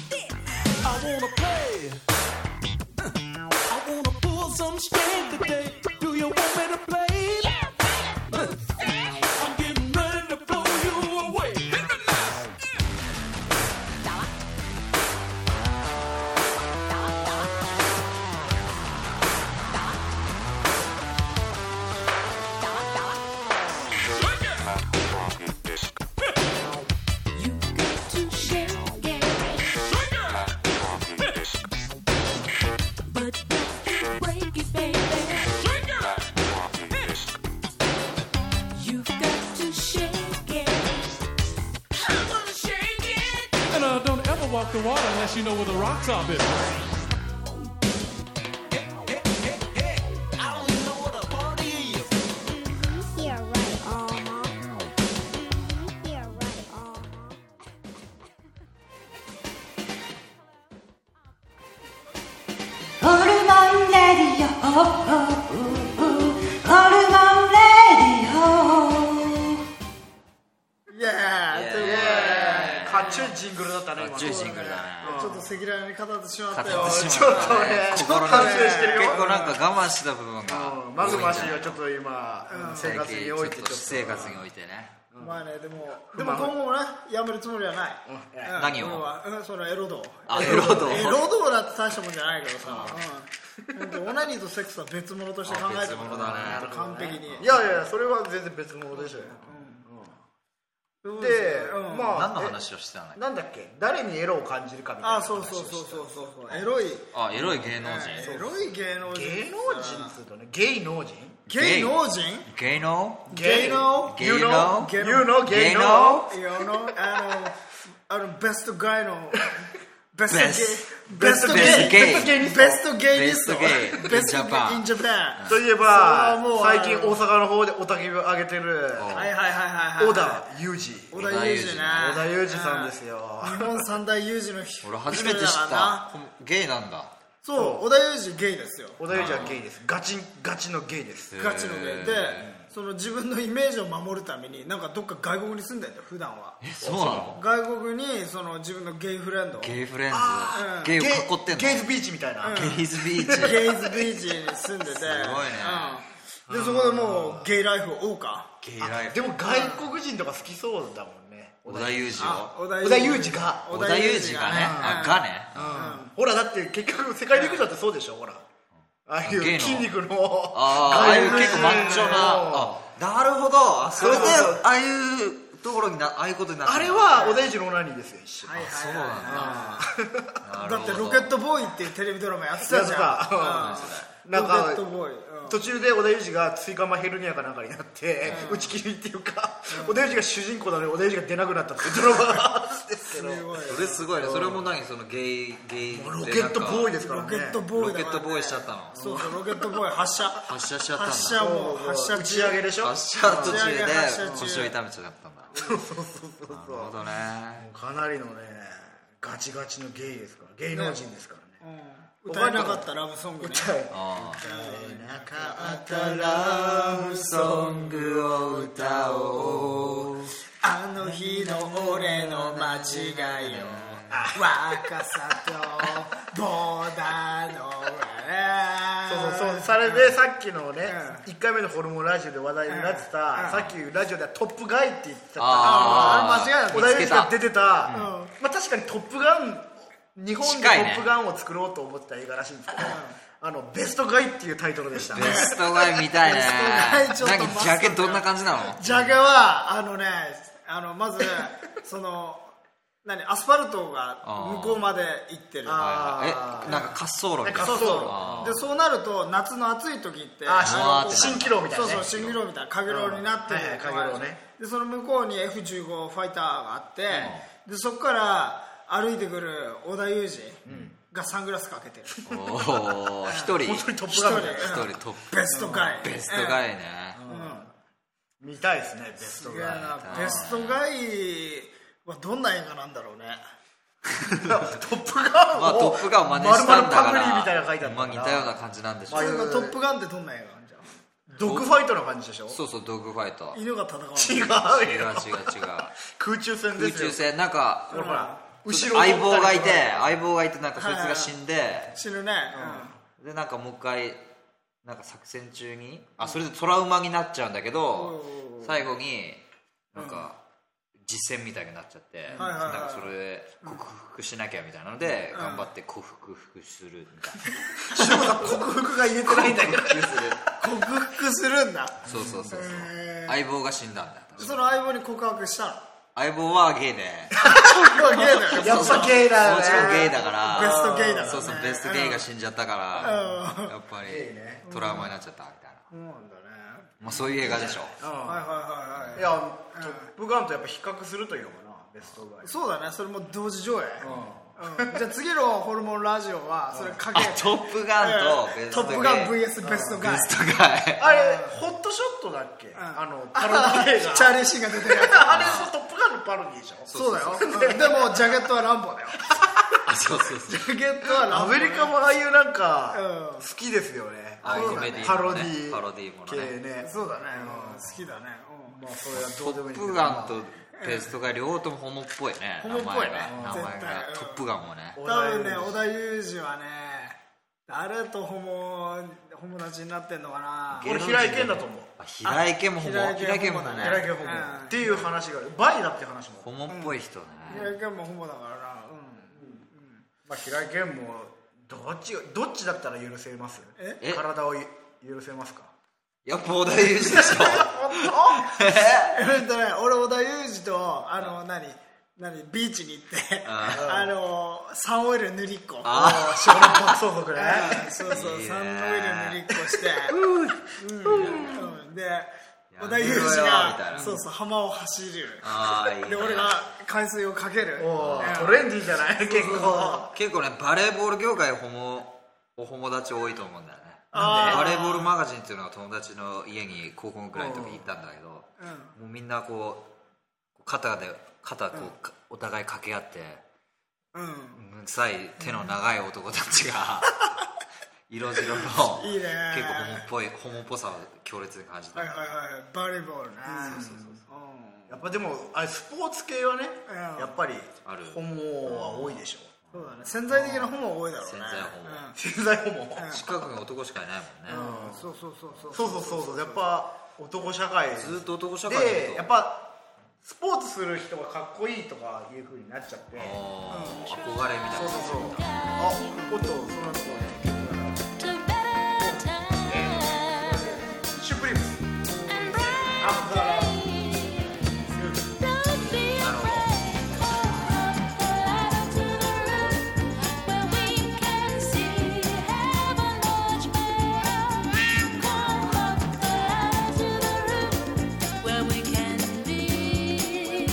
[SPEAKER 7] wanna play. I wanna pull some strings today. Do you want me to play? I'm getting ready to blow you away. Hit me now. Shake it.
[SPEAKER 5] To share
[SPEAKER 7] Shake it.
[SPEAKER 5] but don't break it, baby.
[SPEAKER 7] Shake it.
[SPEAKER 5] You've got to shake it.
[SPEAKER 7] And uh, don't ever walk the water unless you know where the rocks are, baby.
[SPEAKER 5] Yeah, right. Uh-huh. Yeah, right. Uh-huh.
[SPEAKER 8] ホルモンレディオホルモンレディオ
[SPEAKER 1] イエーイというこ
[SPEAKER 2] かっちゅうジングルだったね、今。
[SPEAKER 3] ジューシングルだね
[SPEAKER 1] とでちょっと赤裸々に語ってしまったよ
[SPEAKER 3] 語ってしまった
[SPEAKER 2] ちょっとね、ちょっと
[SPEAKER 3] 心の
[SPEAKER 2] 反省してるよ。
[SPEAKER 3] 結構なんか我慢してた部分が
[SPEAKER 2] うんマグマシーはちょっと今、生活においてちょっと。
[SPEAKER 3] 私生活においてね
[SPEAKER 1] まあねでもでも今後もねやめるつもりはない、うん
[SPEAKER 3] 何を
[SPEAKER 1] 要はうんそのエロ道
[SPEAKER 3] あエロ道
[SPEAKER 1] エロ道だって大したもんじゃないけどさ、うん本当オナニーとセックスは別物として考えてる
[SPEAKER 3] あ別物だね
[SPEAKER 1] 完璧に
[SPEAKER 2] いやいや、それは全然別物でしょうよ。
[SPEAKER 1] うん
[SPEAKER 2] で、
[SPEAKER 1] うん
[SPEAKER 2] まあ、
[SPEAKER 3] 何の話をしてた
[SPEAKER 2] え
[SPEAKER 3] の
[SPEAKER 2] なんだっけ、誰にエロを感じるかみたいな。
[SPEAKER 1] あそうそうそうそうそうそうエロい
[SPEAKER 3] あエロい芸能
[SPEAKER 1] エ
[SPEAKER 3] 人
[SPEAKER 1] ロい芸能人
[SPEAKER 2] 芸能人っつうとね、ゲイ能人
[SPEAKER 1] 芸能人
[SPEAKER 3] 芸能
[SPEAKER 1] 芸能
[SPEAKER 3] 芸能
[SPEAKER 2] You know, 芸
[SPEAKER 3] 芸
[SPEAKER 2] 能
[SPEAKER 3] 能
[SPEAKER 1] いやあのあのあのベストガイのベストゲイ
[SPEAKER 3] ベストベストゲイ
[SPEAKER 1] ベストゲイベストゲイ
[SPEAKER 3] ベストゲイ in Japan
[SPEAKER 1] ンジャパン
[SPEAKER 2] といえ
[SPEAKER 1] それは
[SPEAKER 2] ば
[SPEAKER 1] もう、
[SPEAKER 2] 最近大阪の方でおたきを上げてる、
[SPEAKER 1] はいはいはいはいはい
[SPEAKER 2] 小田裕二。
[SPEAKER 1] 小田裕二ね
[SPEAKER 2] 小田裕二さんですよ。
[SPEAKER 1] 日本三大裕二の
[SPEAKER 3] 俺初めて知ったほんゲイなんだ
[SPEAKER 1] そう織田裕二ゲイですよ
[SPEAKER 2] 織田裕二はゲイですガチンガチのゲイです
[SPEAKER 1] ガチのゲイでその自分のイメージを守るためになんかどっか外国に住んでんだよ普段は
[SPEAKER 3] えそうなの
[SPEAKER 1] 外国にその自分のゲイフレンドを
[SPEAKER 3] ゲイフレンズ
[SPEAKER 1] あー
[SPEAKER 3] ゲイを囲
[SPEAKER 2] ゲイ
[SPEAKER 3] ってんの
[SPEAKER 2] ゲイズビーチみたいな、
[SPEAKER 3] ゲイズビーチ
[SPEAKER 1] ゲイズビーチに住んでてすごい
[SPEAKER 3] ね
[SPEAKER 1] でそこでもうゲイライフを謳歌
[SPEAKER 3] ゲイライフ
[SPEAKER 2] でも外国人とか好きそうだもんね
[SPEAKER 3] 織田裕二を
[SPEAKER 1] 織
[SPEAKER 2] 織田裕二が
[SPEAKER 3] 織田裕二がねあがね
[SPEAKER 2] ほらだって結局世界陸上ってそうでしょほらああい
[SPEAKER 3] ゲイ
[SPEAKER 2] う
[SPEAKER 3] の
[SPEAKER 2] 筋肉の
[SPEAKER 3] ああああいう結構マッチョな
[SPEAKER 2] あ
[SPEAKER 3] あなるほどあそれで
[SPEAKER 2] そうそう
[SPEAKER 3] ああいうところになああいうことになって
[SPEAKER 2] あ
[SPEAKER 3] る
[SPEAKER 2] れは織田裕二のオナニーですよ一緒
[SPEAKER 1] はいはいはい
[SPEAKER 3] なる
[SPEAKER 1] だっ
[SPEAKER 3] ほ
[SPEAKER 1] て
[SPEAKER 3] ど
[SPEAKER 1] ロケットボーイっていうテレビドラマやってたじゃん
[SPEAKER 2] な
[SPEAKER 1] ロ
[SPEAKER 2] ん
[SPEAKER 1] ケ
[SPEAKER 2] か
[SPEAKER 1] ットボーイうん
[SPEAKER 2] 途中で織田裕二が追加マヘルニアかなんかになって、打ち切りっていうか、織田裕二が主人公なのに織田裕二が出なくなったっていうドラマがあるんですけど
[SPEAKER 1] すごい
[SPEAKER 3] それすごいねそれも何そのゲイゲイ
[SPEAKER 2] ロケットボーイですから
[SPEAKER 1] ロ
[SPEAKER 2] ね
[SPEAKER 1] ケットボー
[SPEAKER 3] ロ
[SPEAKER 1] イだ
[SPEAKER 3] ケ
[SPEAKER 1] か
[SPEAKER 3] ッ
[SPEAKER 1] ら
[SPEAKER 3] トボーイしちゃったの
[SPEAKER 1] そうそうロケットボーイ発射
[SPEAKER 3] 発射しちゃったんだ
[SPEAKER 1] 発射もう発射
[SPEAKER 2] 打ち上げでしょ
[SPEAKER 3] 発射途中で
[SPEAKER 1] 発射中
[SPEAKER 3] 腰を痛めちゃったんだなるほどね
[SPEAKER 2] かなりのねガチガチのゲイですから芸能人ですからね
[SPEAKER 1] 歌えなかったラブソングね
[SPEAKER 3] ああ
[SPEAKER 2] なかったら
[SPEAKER 3] ソングを歌おう
[SPEAKER 1] あの日の俺の間違いよ若さとボーダーの
[SPEAKER 2] そう
[SPEAKER 1] 笑
[SPEAKER 2] そうそうそれでさっきのね、一1回目のホルモンラジオで話題になってた、さっきラジオでは「トップガイ」って言ってたから
[SPEAKER 3] あー
[SPEAKER 2] あれ間違いなく
[SPEAKER 3] 見つ
[SPEAKER 2] 織田
[SPEAKER 3] け
[SPEAKER 2] 裕
[SPEAKER 3] た
[SPEAKER 2] 二が出てた、まあ、確かに「トップガン」日本で「ト
[SPEAKER 3] 近いね
[SPEAKER 2] ップガン」を作ろうと思ってた映画らしいんですけど、あのベストガイっていうタイトルでした
[SPEAKER 3] ベストガイ見たいね
[SPEAKER 1] ベストガイちょっと
[SPEAKER 3] 何ジャケどんな感じなの
[SPEAKER 1] ジャガはあのねあのまずその何アスファルトが向こうまで行ってる
[SPEAKER 3] え
[SPEAKER 2] あ
[SPEAKER 3] なんか滑走路みたいな
[SPEAKER 1] そう
[SPEAKER 3] あ
[SPEAKER 1] そうでそうなると夏の暑い時って
[SPEAKER 2] あ
[SPEAKER 3] あーってな
[SPEAKER 2] 蜃気楼みたいなね
[SPEAKER 1] そうそう蜃気楼みたいなかげろうになってる
[SPEAKER 2] うんはいはいかげろうね
[SPEAKER 1] でその向こうに F15 ファイターがあって、でそこから歩いてくる織田裕二がサングラスかけてる、
[SPEAKER 3] おお一人
[SPEAKER 2] <laughs> 本当にトップ
[SPEAKER 1] 一人
[SPEAKER 2] ガンみたいな
[SPEAKER 3] 一
[SPEAKER 1] うん
[SPEAKER 3] 人トップ
[SPEAKER 1] ベストガイ
[SPEAKER 3] ベストガイね
[SPEAKER 2] 見たいですねベスト
[SPEAKER 1] い
[SPEAKER 2] ガイ
[SPEAKER 1] やーベストガイはどんな映画なんだろうね
[SPEAKER 2] トップガンを、
[SPEAKER 3] まあトップガンを真似したんだか
[SPEAKER 2] 丸々パクリみたいなの書いてあ
[SPEAKER 3] ら
[SPEAKER 2] った
[SPEAKER 3] まあ
[SPEAKER 2] から
[SPEAKER 3] 似たような感じなんでしょう
[SPEAKER 1] 例えばトップガンってどんな映画なんじゃん
[SPEAKER 2] ドッグファイトの感じでしょ
[SPEAKER 3] そうそうドッグファイト
[SPEAKER 1] 犬が戦うの
[SPEAKER 2] 違うよ
[SPEAKER 3] 違う違う違う
[SPEAKER 2] 空中戦 <laughs> で
[SPEAKER 3] <laughs> 空
[SPEAKER 2] すよ
[SPEAKER 3] 中戦なんか
[SPEAKER 2] ほらほら後ろを
[SPEAKER 3] 相棒がいて
[SPEAKER 2] 取ったりとか
[SPEAKER 3] 相棒がいてなんかそいつが死んで
[SPEAKER 1] 死ぬね、
[SPEAKER 3] でなんかもう一回なんか作戦中にあそれでトラウマになっちゃうんだけど最後になんか実戦みたいになっちゃって
[SPEAKER 1] はいはい
[SPEAKER 3] なんかそれで克服しなきゃみたいなので頑張って克服するみたいな
[SPEAKER 2] 克服が言えてないんだけど
[SPEAKER 3] 克服す
[SPEAKER 1] <laughs>
[SPEAKER 3] る
[SPEAKER 1] うん、克服するんだ
[SPEAKER 3] そうそうそうそう相棒が死んだんだ
[SPEAKER 1] その相棒に告白したの
[SPEAKER 3] 相棒はゲイで
[SPEAKER 1] これはゲイだよ
[SPEAKER 2] やっぱゲイだよ
[SPEAKER 3] も
[SPEAKER 2] ね
[SPEAKER 3] ちろんゲイだから
[SPEAKER 1] ベストゲイだからね
[SPEAKER 3] そうそうベストゲイが死んじゃったからやっぱりトラウマになっちゃったみたいな
[SPEAKER 1] そうなんだね
[SPEAKER 3] まあそういう映画でしょ
[SPEAKER 1] はいはいはいはい
[SPEAKER 2] いや「トップガン」とやっぱ比較するというのかなベストガイ
[SPEAKER 1] そうだねそれも同時上映、うんじゃあ次のホルモンラジオはそれかけ
[SPEAKER 3] あトップガンとベス
[SPEAKER 1] トッ
[SPEAKER 3] トゲイ
[SPEAKER 1] プガン VS ベストガイ
[SPEAKER 3] ベストガイ
[SPEAKER 2] あれホットショットだっけ、あのパロディ映画
[SPEAKER 1] チャーリーシーンが出てるや
[SPEAKER 2] あれそうトップガンのパロディでしょ
[SPEAKER 1] つそうだよ、うんでもジャケットはランボだよ
[SPEAKER 3] あそうそうそう
[SPEAKER 1] ジャケットはラ
[SPEAKER 2] ア
[SPEAKER 1] ンボ
[SPEAKER 2] メリカもああいうなんか
[SPEAKER 1] うん
[SPEAKER 2] 好きですよね
[SPEAKER 3] ああいうコメディーもね
[SPEAKER 2] パロディ
[SPEAKER 3] パロディーも
[SPEAKER 2] 系
[SPEAKER 3] のね
[SPEAKER 2] ね
[SPEAKER 1] そうだね、うん好きだね、うん
[SPEAKER 2] それはど
[SPEAKER 3] ト
[SPEAKER 2] うでもいい
[SPEAKER 3] ッ
[SPEAKER 2] んだけ
[SPEAKER 3] プ
[SPEAKER 2] ど
[SPEAKER 3] ガンとベストガイ両方ともホモっぽいね
[SPEAKER 1] ホモっぽいね
[SPEAKER 3] 名前が
[SPEAKER 1] うん
[SPEAKER 3] 名前が
[SPEAKER 1] 絶対
[SPEAKER 3] トップガンもね
[SPEAKER 1] 多分ね織田裕二はね誰とホモ友達になってんのかな
[SPEAKER 2] 俺平井堅だと思う
[SPEAKER 3] あ平井堅もホモ
[SPEAKER 1] 平
[SPEAKER 3] 平
[SPEAKER 1] 井
[SPEAKER 3] 井
[SPEAKER 1] 堅も
[SPEAKER 3] 堅
[SPEAKER 1] ホ
[SPEAKER 3] も
[SPEAKER 1] モだ
[SPEAKER 3] だ
[SPEAKER 1] ね
[SPEAKER 2] 平井堅
[SPEAKER 3] ね
[SPEAKER 2] 僕
[SPEAKER 1] うん
[SPEAKER 2] っていう話があるバイだって話も
[SPEAKER 3] ホモっぽい人ね
[SPEAKER 1] 平井堅もホモだからなうん
[SPEAKER 2] まあ、平井堅もどっちがどっちだったら許せます
[SPEAKER 3] え
[SPEAKER 2] 体をゆ許せますか
[SPEAKER 3] いやっぱ織田裕二でしょ
[SPEAKER 1] えっとね、俺織田裕二とあの何何ビーチに行ってあのサンオイル塗りっこ
[SPEAKER 2] ああ少年爆走族ね
[SPEAKER 1] あーそうそう
[SPEAKER 3] いいね
[SPEAKER 1] サンオイル塗りっこしてうんうんで織田裕二
[SPEAKER 3] いろいろみたい
[SPEAKER 1] が
[SPEAKER 3] な
[SPEAKER 1] そうそう浜を走る
[SPEAKER 3] ああいいね
[SPEAKER 1] <laughs> で俺が海水をかける
[SPEAKER 2] おー
[SPEAKER 1] うん
[SPEAKER 2] トレンディーじゃない結構
[SPEAKER 3] 結構ねバレーボール業界ホモお友達多いと思うんだよねバレーボールマガジンっていうのが友達の家に高校ぐらいの時に行ったんだけどもうみんなこう肩で肩こうかお互い掛け合って
[SPEAKER 1] うん
[SPEAKER 3] むさい手の長い男たちが色白の結構
[SPEAKER 1] いいね
[SPEAKER 3] ホモっぽいホモっぽさを強烈に感じた、
[SPEAKER 1] はいはいはいバレーボールねそうそうそう
[SPEAKER 2] やっぱでもあれスポーツ系はね、
[SPEAKER 1] うん
[SPEAKER 2] やっぱり
[SPEAKER 3] ある
[SPEAKER 2] ホモは多いでしょ
[SPEAKER 1] そうだね潜在的なホモ多いだろうね
[SPEAKER 3] 潜在ホモ
[SPEAKER 2] 潜在ホモ、
[SPEAKER 3] 近くに男しかいないもんね、
[SPEAKER 1] うんそうそうそうそう
[SPEAKER 2] そうそうそうそうやっぱ男社会
[SPEAKER 3] ずっと男社会だ
[SPEAKER 2] で
[SPEAKER 3] と
[SPEAKER 2] やっぱスポーツする人がかっこいいとかいうふうになっちゃって
[SPEAKER 3] あー憧れみたいな
[SPEAKER 2] そうそうあおっとその後ね
[SPEAKER 5] To better times
[SPEAKER 2] シュプリームス
[SPEAKER 5] and bright days. Don't be afraid of the light to the roof, where we can see heaven much better. Come up the light to the roof, where we can be,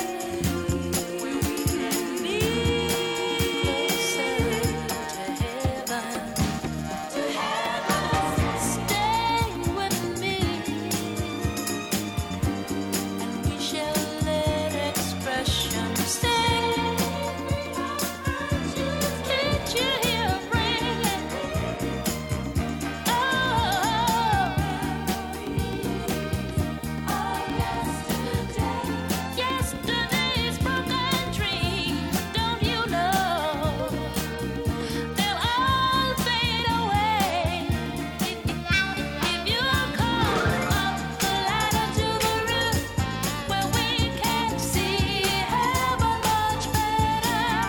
[SPEAKER 5] where we can be closer to heaven. To heaven, stay with me. And we shall let expression sing. Can't you hear it ringing? Oh, yesterday, yesterday's broken dream. Don't you know they'll all fade away if you come up the ladder to the roof? Where we can see heaven much better.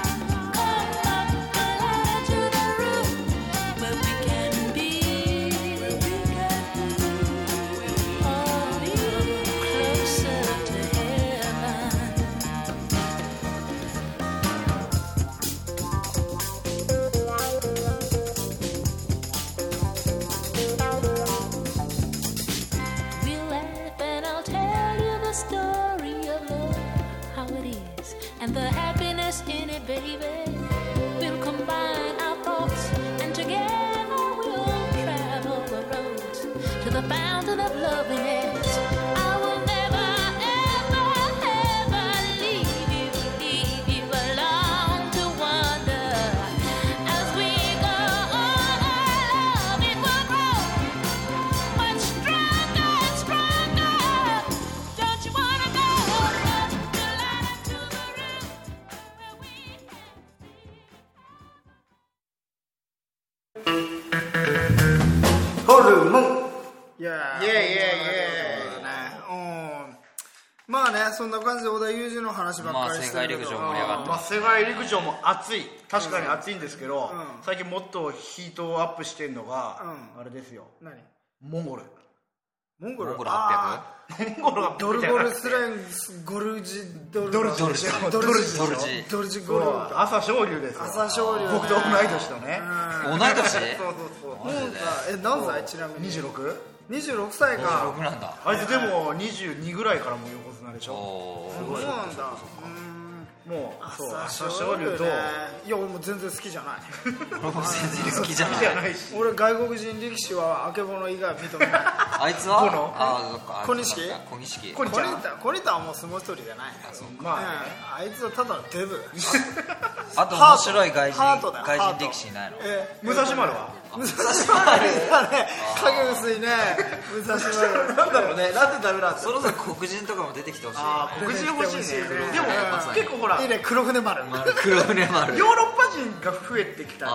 [SPEAKER 5] Come up the ladder to the roof, where we can be, where we closer to heaven. We laugh and I'll tell you the story of love, how it is, and the happiness in it, baby. We'll combine our thoughts and together we'll travel the roads to the fountain of loveliness. I will never, ever, ever leave you, leave you alone to wander. As we go on, our love it will grow. Much stronger and stronger. Don't you wanna go up the ladder to the roof where we can?
[SPEAKER 2] ホルモンイェイイェイイ
[SPEAKER 1] いや
[SPEAKER 2] ェイ
[SPEAKER 1] ねうんまあねそんな感じで織田裕二の話ばっかりしてるけど、
[SPEAKER 3] まあ世界陸上盛り上がっ
[SPEAKER 2] まあ、世界陸上も熱い確かに熱いんですけど、
[SPEAKER 1] うん
[SPEAKER 2] 最近もっとヒートアップしてんのが、
[SPEAKER 1] うん
[SPEAKER 2] あれですよ
[SPEAKER 1] 何
[SPEAKER 2] モンゴル
[SPEAKER 1] モンゴ
[SPEAKER 3] モ
[SPEAKER 1] ル
[SPEAKER 3] ンゴル
[SPEAKER 1] あ
[SPEAKER 3] 800
[SPEAKER 2] モンゴルが
[SPEAKER 1] ードルゴルスランスゴルジドルドル
[SPEAKER 3] ドルジ
[SPEAKER 1] ドルジ
[SPEAKER 3] ドルジ
[SPEAKER 1] ドルジゴ
[SPEAKER 2] そ
[SPEAKER 1] ル
[SPEAKER 2] う朝青龍ですよ
[SPEAKER 1] 朝青龍ね
[SPEAKER 2] 僕と同い年とね、
[SPEAKER 3] 同い年
[SPEAKER 2] そうそうそう
[SPEAKER 1] なんかえ何歳ちなみに
[SPEAKER 2] 26?
[SPEAKER 1] 26歳か
[SPEAKER 3] 僕なんだ
[SPEAKER 2] あいつでも22ぐらいからもう横綱でし
[SPEAKER 3] お
[SPEAKER 2] ょ
[SPEAKER 1] そ
[SPEAKER 3] お
[SPEAKER 1] うなんだ
[SPEAKER 2] もうそう朝
[SPEAKER 1] 朝
[SPEAKER 2] 青
[SPEAKER 1] 青
[SPEAKER 2] 龍
[SPEAKER 1] 龍
[SPEAKER 2] と
[SPEAKER 1] ねいや俺もう全然好きじゃない
[SPEAKER 3] 俺も全然好きじゃ
[SPEAKER 2] じ
[SPEAKER 3] な
[SPEAKER 2] ゃ
[SPEAKER 3] い
[SPEAKER 2] ないし
[SPEAKER 1] 俺外国人力士はあけぼの以外認めない
[SPEAKER 2] <laughs>
[SPEAKER 3] あいつは
[SPEAKER 2] この
[SPEAKER 3] あーそっかあ
[SPEAKER 1] 小錦
[SPEAKER 3] そうか小錦
[SPEAKER 1] コ
[SPEAKER 2] コ
[SPEAKER 1] ニ
[SPEAKER 2] ニちゃん
[SPEAKER 1] タコニタはもう相撲取りじゃないね
[SPEAKER 2] まあね
[SPEAKER 1] うんあいつはただのデブ
[SPEAKER 2] <laughs>
[SPEAKER 3] あと面白い外人
[SPEAKER 1] ハートだよ
[SPEAKER 3] 外
[SPEAKER 1] ハー
[SPEAKER 3] 人
[SPEAKER 1] ト
[SPEAKER 3] 力士いないの
[SPEAKER 1] え
[SPEAKER 2] 武蔵丸は
[SPEAKER 1] 武蔵丸だね影薄いね武蔵丸
[SPEAKER 2] なんだろうねなんでダメなんです
[SPEAKER 3] そろそろ黒人とかも出てきてほしい
[SPEAKER 2] あー黒人欲しいね
[SPEAKER 1] うん
[SPEAKER 2] でも
[SPEAKER 3] うん
[SPEAKER 2] 結構ほら
[SPEAKER 1] いいね黒船丸
[SPEAKER 3] 黒船丸
[SPEAKER 2] ヨーロッパ人が増えてきたんじ
[SPEAKER 3] あ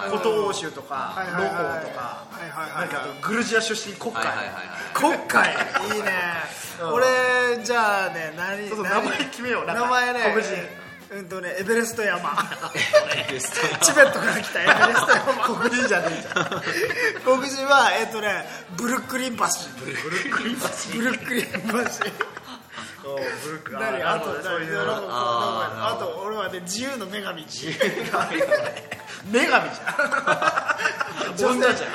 [SPEAKER 2] ゃ
[SPEAKER 3] ーは
[SPEAKER 2] ないい古東欧州とか
[SPEAKER 1] はい
[SPEAKER 2] ロ
[SPEAKER 1] はいはい
[SPEAKER 2] コとか
[SPEAKER 1] はいはいは
[SPEAKER 2] ないんかグルジア出身国
[SPEAKER 3] はい
[SPEAKER 2] 会
[SPEAKER 3] はいはいはい
[SPEAKER 1] 国会いいね
[SPEAKER 2] うん
[SPEAKER 1] 俺じゃあね何
[SPEAKER 2] そうそう
[SPEAKER 1] 何
[SPEAKER 2] 名前決めようなんか
[SPEAKER 1] 名前ね
[SPEAKER 2] 黒人
[SPEAKER 1] うんとねエベレスト山
[SPEAKER 3] ゲスト
[SPEAKER 1] チベットから来たエベレスト山
[SPEAKER 2] 黒人じゃねえじゃん
[SPEAKER 1] 黒人はえっとねブルックリン橋ブルックリン橋ブルックリン
[SPEAKER 2] ブルック
[SPEAKER 1] 橋何あと
[SPEAKER 2] そう
[SPEAKER 1] 何
[SPEAKER 2] い
[SPEAKER 1] ど
[SPEAKER 2] う
[SPEAKER 1] こ
[SPEAKER 2] の
[SPEAKER 1] あと俺はね自由の女神自由
[SPEAKER 2] 女神じゃん女じゃん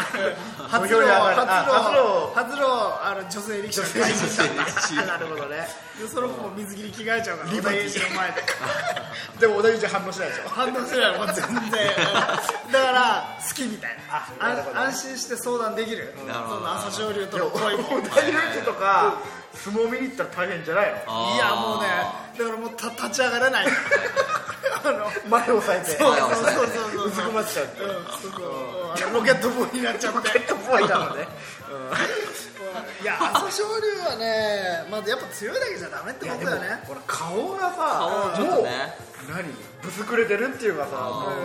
[SPEAKER 1] 初
[SPEAKER 2] 土俵
[SPEAKER 1] の
[SPEAKER 2] に上がる
[SPEAKER 1] 初の
[SPEAKER 2] あ
[SPEAKER 1] 初のあの女性力士が外人
[SPEAKER 2] なるほどね
[SPEAKER 1] でその子も水着に着替えちゃうからリバイジの前で
[SPEAKER 2] でも小田裕二反応しないでしょ
[SPEAKER 1] 反応してないもう全然だから好きみたいな
[SPEAKER 2] あなるほど
[SPEAKER 1] あ安心して相談できるそん
[SPEAKER 3] るほど
[SPEAKER 1] な朝青龍との恋も
[SPEAKER 2] 小田裕二とか <laughs> 相撲見に行ったら大変じゃないの
[SPEAKER 1] いやもうねだからもうた立ち上がれない
[SPEAKER 2] 前を押さえて
[SPEAKER 1] そう
[SPEAKER 3] 前を
[SPEAKER 1] そう
[SPEAKER 3] 押さえ
[SPEAKER 1] そう
[SPEAKER 3] て
[SPEAKER 1] そう
[SPEAKER 2] うずくまっちゃうって
[SPEAKER 1] うんすごいあれロケットボーイになっちゃって
[SPEAKER 2] ペットボーイなのね
[SPEAKER 1] いや朝青龍はねまだやっぱ強いだけじゃダメってことだよね
[SPEAKER 2] この顔が
[SPEAKER 3] 顔
[SPEAKER 2] さ
[SPEAKER 3] ちょっ
[SPEAKER 2] も
[SPEAKER 3] と
[SPEAKER 2] う
[SPEAKER 3] ね
[SPEAKER 2] 何ぶつくれてるっていうかさ
[SPEAKER 3] あ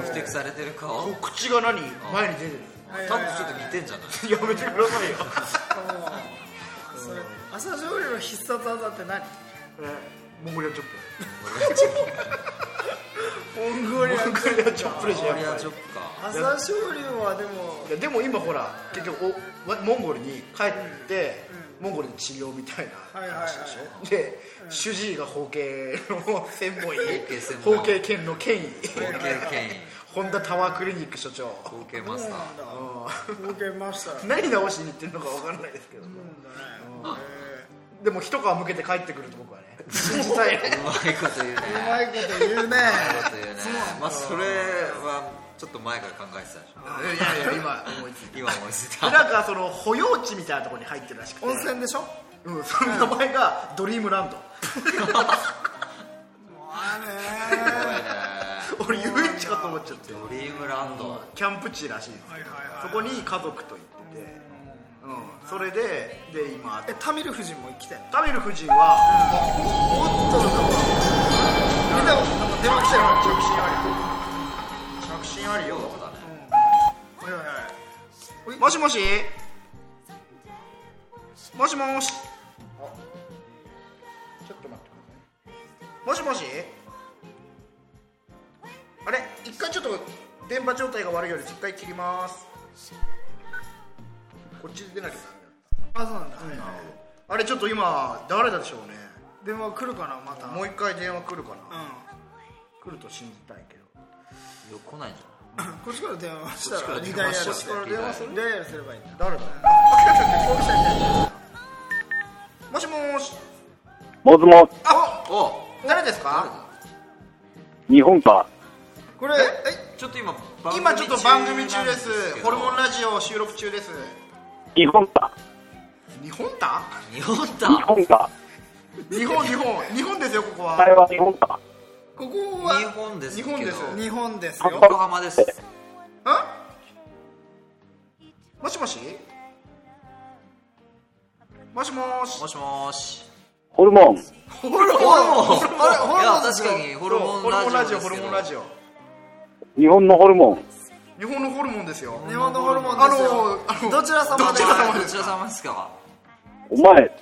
[SPEAKER 3] ーふてくされてる顔多分
[SPEAKER 2] 口が何前に出てる
[SPEAKER 3] ちょっと似てんじゃない
[SPEAKER 2] やめてくださ <laughs> いよ
[SPEAKER 1] それ朝青龍の必殺技って何
[SPEAKER 2] モンゴリアチョッ
[SPEAKER 1] モンゴリア
[SPEAKER 2] プ
[SPEAKER 1] ン
[SPEAKER 2] モンゴリアチョップでしょ
[SPEAKER 3] モンゴリ
[SPEAKER 2] や
[SPEAKER 3] ア
[SPEAKER 2] っぱ
[SPEAKER 3] チョップか
[SPEAKER 1] 朝青龍はでも
[SPEAKER 2] りいやでも今ほら結局おわモンゴルに帰ってモンゴルに治療みたいな
[SPEAKER 1] はいはいはい
[SPEAKER 2] 話でしょで主治医が包茎の専門医
[SPEAKER 3] 包茎専門医
[SPEAKER 2] 包茎研の権威
[SPEAKER 3] 後継権威
[SPEAKER 2] 本田タワークリニック所長
[SPEAKER 3] 後継マスター
[SPEAKER 1] ボケましたよ
[SPEAKER 2] 何直しに行ってるのか分からないですけどでも一皮むけて帰ってくると僕
[SPEAKER 1] <laughs>
[SPEAKER 2] はね信じたいね
[SPEAKER 3] うまいこと言うね
[SPEAKER 1] うまいこと言うね
[SPEAKER 3] うまいこと言うねまあそれはちょっと前から考えてたでしょ
[SPEAKER 2] いやいや今思いつい
[SPEAKER 3] 今思いつい
[SPEAKER 2] た
[SPEAKER 3] た
[SPEAKER 2] なんかその保養地みたいなところに入ってるらしくて
[SPEAKER 1] 温泉でしょ
[SPEAKER 2] うん、その名前がドリームラン
[SPEAKER 1] <laughs>
[SPEAKER 2] ド
[SPEAKER 1] あ
[SPEAKER 3] すご
[SPEAKER 1] ね
[SPEAKER 3] いね
[SPEAKER 2] 俺遊園地かと思っちゃって
[SPEAKER 3] ドリームランド
[SPEAKER 2] キャンプ地らしいんですけどそこに家族と行ってて、うん、それでで今
[SPEAKER 1] えタミル夫人も来てんの
[SPEAKER 2] タミル夫人は
[SPEAKER 1] 見たことなんか電話来てるから
[SPEAKER 2] 着信ありよ着信ありよ
[SPEAKER 1] はいはいはい
[SPEAKER 2] もしもしもしもしちょっと待ってくださいもしもしあれ一回ちょっと電波状態が悪いようです一回切りますこっちで出なきゃダ
[SPEAKER 1] あそうなんだ
[SPEAKER 2] メだあれちょっと今誰だでしょうね
[SPEAKER 1] 電話来るかなまた
[SPEAKER 2] も
[SPEAKER 1] う
[SPEAKER 2] う一回電話来るかな、
[SPEAKER 1] ん
[SPEAKER 2] 来ると信じたいけど
[SPEAKER 3] いや来ないじ
[SPEAKER 1] こっちから電話した
[SPEAKER 3] こっちから
[SPEAKER 1] ら
[SPEAKER 3] 電
[SPEAKER 1] リ
[SPEAKER 3] 話
[SPEAKER 1] ダイヤル
[SPEAKER 3] しちゃう
[SPEAKER 1] してリダイヤルするリダイヤルすればいいんだ
[SPEAKER 2] 誰だもしもーし
[SPEAKER 9] もずも、
[SPEAKER 2] あ
[SPEAKER 3] ゃんお
[SPEAKER 2] 誰ですか
[SPEAKER 9] 日本か。
[SPEAKER 1] これ
[SPEAKER 2] え
[SPEAKER 3] ちょっと今
[SPEAKER 2] 今ちょっと番組中です
[SPEAKER 3] なんけど
[SPEAKER 2] ホルモンラジオ収録中です
[SPEAKER 9] 日本か。
[SPEAKER 2] 日本だ
[SPEAKER 3] 日本
[SPEAKER 9] 日
[SPEAKER 3] だ
[SPEAKER 9] 本か。
[SPEAKER 2] 日本日本日本ですよここ
[SPEAKER 9] 台
[SPEAKER 2] は
[SPEAKER 9] 湾日本か。
[SPEAKER 1] ここ
[SPEAKER 3] 日
[SPEAKER 1] は
[SPEAKER 3] 本ですけ
[SPEAKER 2] 日本で
[SPEAKER 3] ど
[SPEAKER 2] す
[SPEAKER 1] 日本ですよ
[SPEAKER 3] 横浜です
[SPEAKER 2] んもしもしもしもーし
[SPEAKER 3] もしもーし
[SPEAKER 9] ホルモン。
[SPEAKER 2] ホル
[SPEAKER 3] ホルモン
[SPEAKER 2] あれホル
[SPEAKER 3] い
[SPEAKER 2] モ
[SPEAKER 3] や
[SPEAKER 2] ンです
[SPEAKER 3] 確
[SPEAKER 2] よ
[SPEAKER 3] かにホルモンラジオ
[SPEAKER 2] ホルモン
[SPEAKER 3] で
[SPEAKER 2] ラ
[SPEAKER 3] すけ
[SPEAKER 2] ジ
[SPEAKER 3] ど
[SPEAKER 2] オ
[SPEAKER 9] 日本のホルモン。
[SPEAKER 2] 日本のホルモンですよ
[SPEAKER 1] 日本のホルモン
[SPEAKER 2] あ
[SPEAKER 1] ですよ
[SPEAKER 2] のあの
[SPEAKER 1] どちら様
[SPEAKER 2] ど
[SPEAKER 1] です
[SPEAKER 2] ちら様
[SPEAKER 3] どちら様ですか
[SPEAKER 9] お前。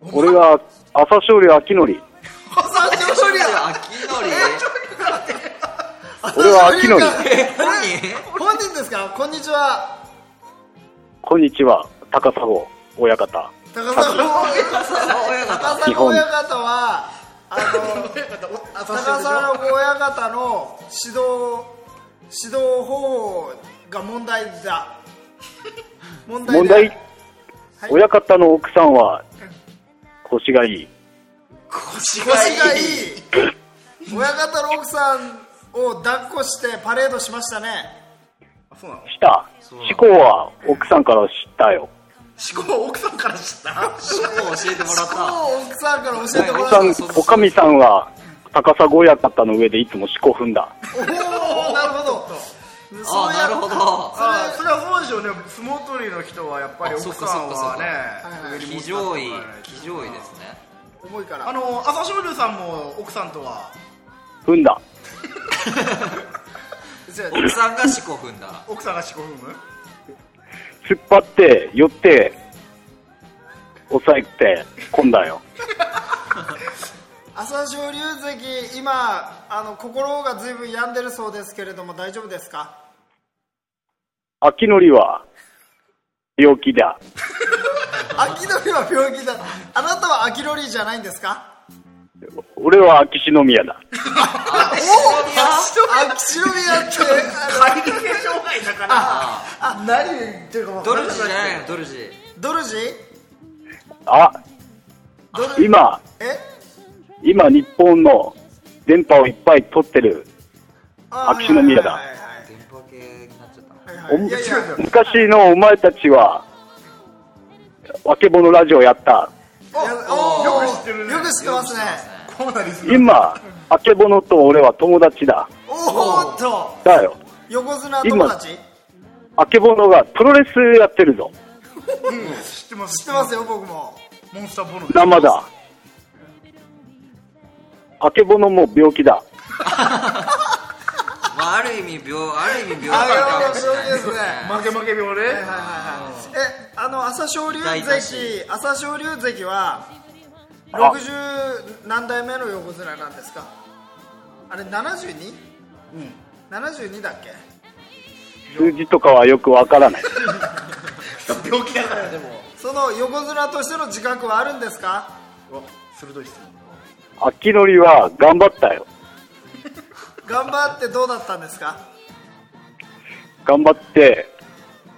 [SPEAKER 9] 俺が朝青龍秋典。
[SPEAKER 2] 朝青
[SPEAKER 3] そ
[SPEAKER 2] 龍
[SPEAKER 3] りゃ秋のり
[SPEAKER 9] 俺は秋典。
[SPEAKER 3] 何
[SPEAKER 1] 本人ですかこんにちは
[SPEAKER 9] こんにちは。高砂親方。
[SPEAKER 1] 高砂
[SPEAKER 3] 親方
[SPEAKER 1] 高砂親方はあの
[SPEAKER 2] 朝
[SPEAKER 1] 高
[SPEAKER 2] 青龍でしょ
[SPEAKER 1] 砂親方の指導指導方法が問題だ問題だ
[SPEAKER 9] 問題。
[SPEAKER 1] はい
[SPEAKER 9] 親方の奥さんは、腰がいい。
[SPEAKER 1] 腰がいい親方の奥さんを抱っこしてパレードしましたね
[SPEAKER 2] あそうなの
[SPEAKER 9] した。志向は奥さんから知ったよ。
[SPEAKER 2] 思考奥さんから知った
[SPEAKER 3] 思考教えても
[SPEAKER 1] もう
[SPEAKER 3] らった
[SPEAKER 1] 奥さんから教えてもら
[SPEAKER 9] お
[SPEAKER 1] っ
[SPEAKER 9] か
[SPEAKER 1] た
[SPEAKER 9] み、おかみさんは、高砂親方の上でいつも四股踏んだ。
[SPEAKER 1] おおなるほど
[SPEAKER 3] ああなるほど
[SPEAKER 2] あーそれはそうでしょうね相撲取りの人はやっぱり
[SPEAKER 3] あ
[SPEAKER 2] 奥
[SPEAKER 3] そっか
[SPEAKER 2] さん
[SPEAKER 3] そっかそ
[SPEAKER 2] は
[SPEAKER 3] っか
[SPEAKER 2] ね
[SPEAKER 3] 騎乗位騎乗位ですね
[SPEAKER 1] 重いから
[SPEAKER 2] あの朝青龍さんも奥さんとは
[SPEAKER 9] 踏んだ。
[SPEAKER 3] 奥さんが四股踏んだ
[SPEAKER 2] 奥さんが四股踏む
[SPEAKER 9] 突っ張って、寄って、抑えて、込んだよ。
[SPEAKER 1] 朝青龍関今あの心が随分病んでるそうですけれども大丈夫ですか
[SPEAKER 9] 秋のりは、病気だ。
[SPEAKER 1] <laughs> 秋のりは病気だあなたは秋のりじゃないんですか
[SPEAKER 9] 俺は秋篠宮だ。
[SPEAKER 1] 秋のりやってあの
[SPEAKER 2] 障害だから
[SPEAKER 1] あ何言ってるか分
[SPEAKER 3] ド
[SPEAKER 1] かん
[SPEAKER 3] ル
[SPEAKER 1] ない
[SPEAKER 3] ジじゃないのドルジ
[SPEAKER 1] ドルジ
[SPEAKER 9] あ、
[SPEAKER 1] ドル
[SPEAKER 9] 今、
[SPEAKER 1] え
[SPEAKER 9] 今日本の電波をいっぱい取ってる。
[SPEAKER 1] あ
[SPEAKER 9] 秋篠宮だ
[SPEAKER 1] はいはいはい
[SPEAKER 3] 電波系になっちゃっ
[SPEAKER 1] は
[SPEAKER 3] た
[SPEAKER 1] い
[SPEAKER 9] お
[SPEAKER 1] はいいやいや
[SPEAKER 9] 昔のお前たちは、わけぼのラジオやった。
[SPEAKER 1] いやおー
[SPEAKER 2] よく知ってるね
[SPEAKER 1] よく知ってますね
[SPEAKER 3] よく知ってますね
[SPEAKER 2] コーナーですよ
[SPEAKER 9] 今、あけぼのと俺は友達だ。
[SPEAKER 1] おーっと
[SPEAKER 9] だよ。
[SPEAKER 1] 横綱友達知っ
[SPEAKER 9] あけぼのがプロレスやってるぞ。
[SPEAKER 2] 知ってます知って
[SPEAKER 1] ますよ僕も
[SPEAKER 2] モンスターボノです
[SPEAKER 9] 生だ。あけぼのも病気だ。
[SPEAKER 3] まあ、ある意味病ある意味病
[SPEAKER 1] あれ
[SPEAKER 3] だ
[SPEAKER 1] は
[SPEAKER 3] かもしれ
[SPEAKER 1] 病
[SPEAKER 3] な
[SPEAKER 1] 気
[SPEAKER 3] い
[SPEAKER 1] ですね
[SPEAKER 2] 負け負け病ね
[SPEAKER 1] えあの朝青龍
[SPEAKER 3] 大体し
[SPEAKER 1] 関朝青龍関は60何代目の横綱なんですかあれ 72?72、72だっけ
[SPEAKER 9] 数字とかはよくわからない。
[SPEAKER 2] 病気だからでも
[SPEAKER 1] その横綱としての自覚はあるんですか
[SPEAKER 2] 鋭い質問
[SPEAKER 9] 秋のりは頑張ったよ。
[SPEAKER 1] 頑張ってどうだったんですか
[SPEAKER 9] 頑張って、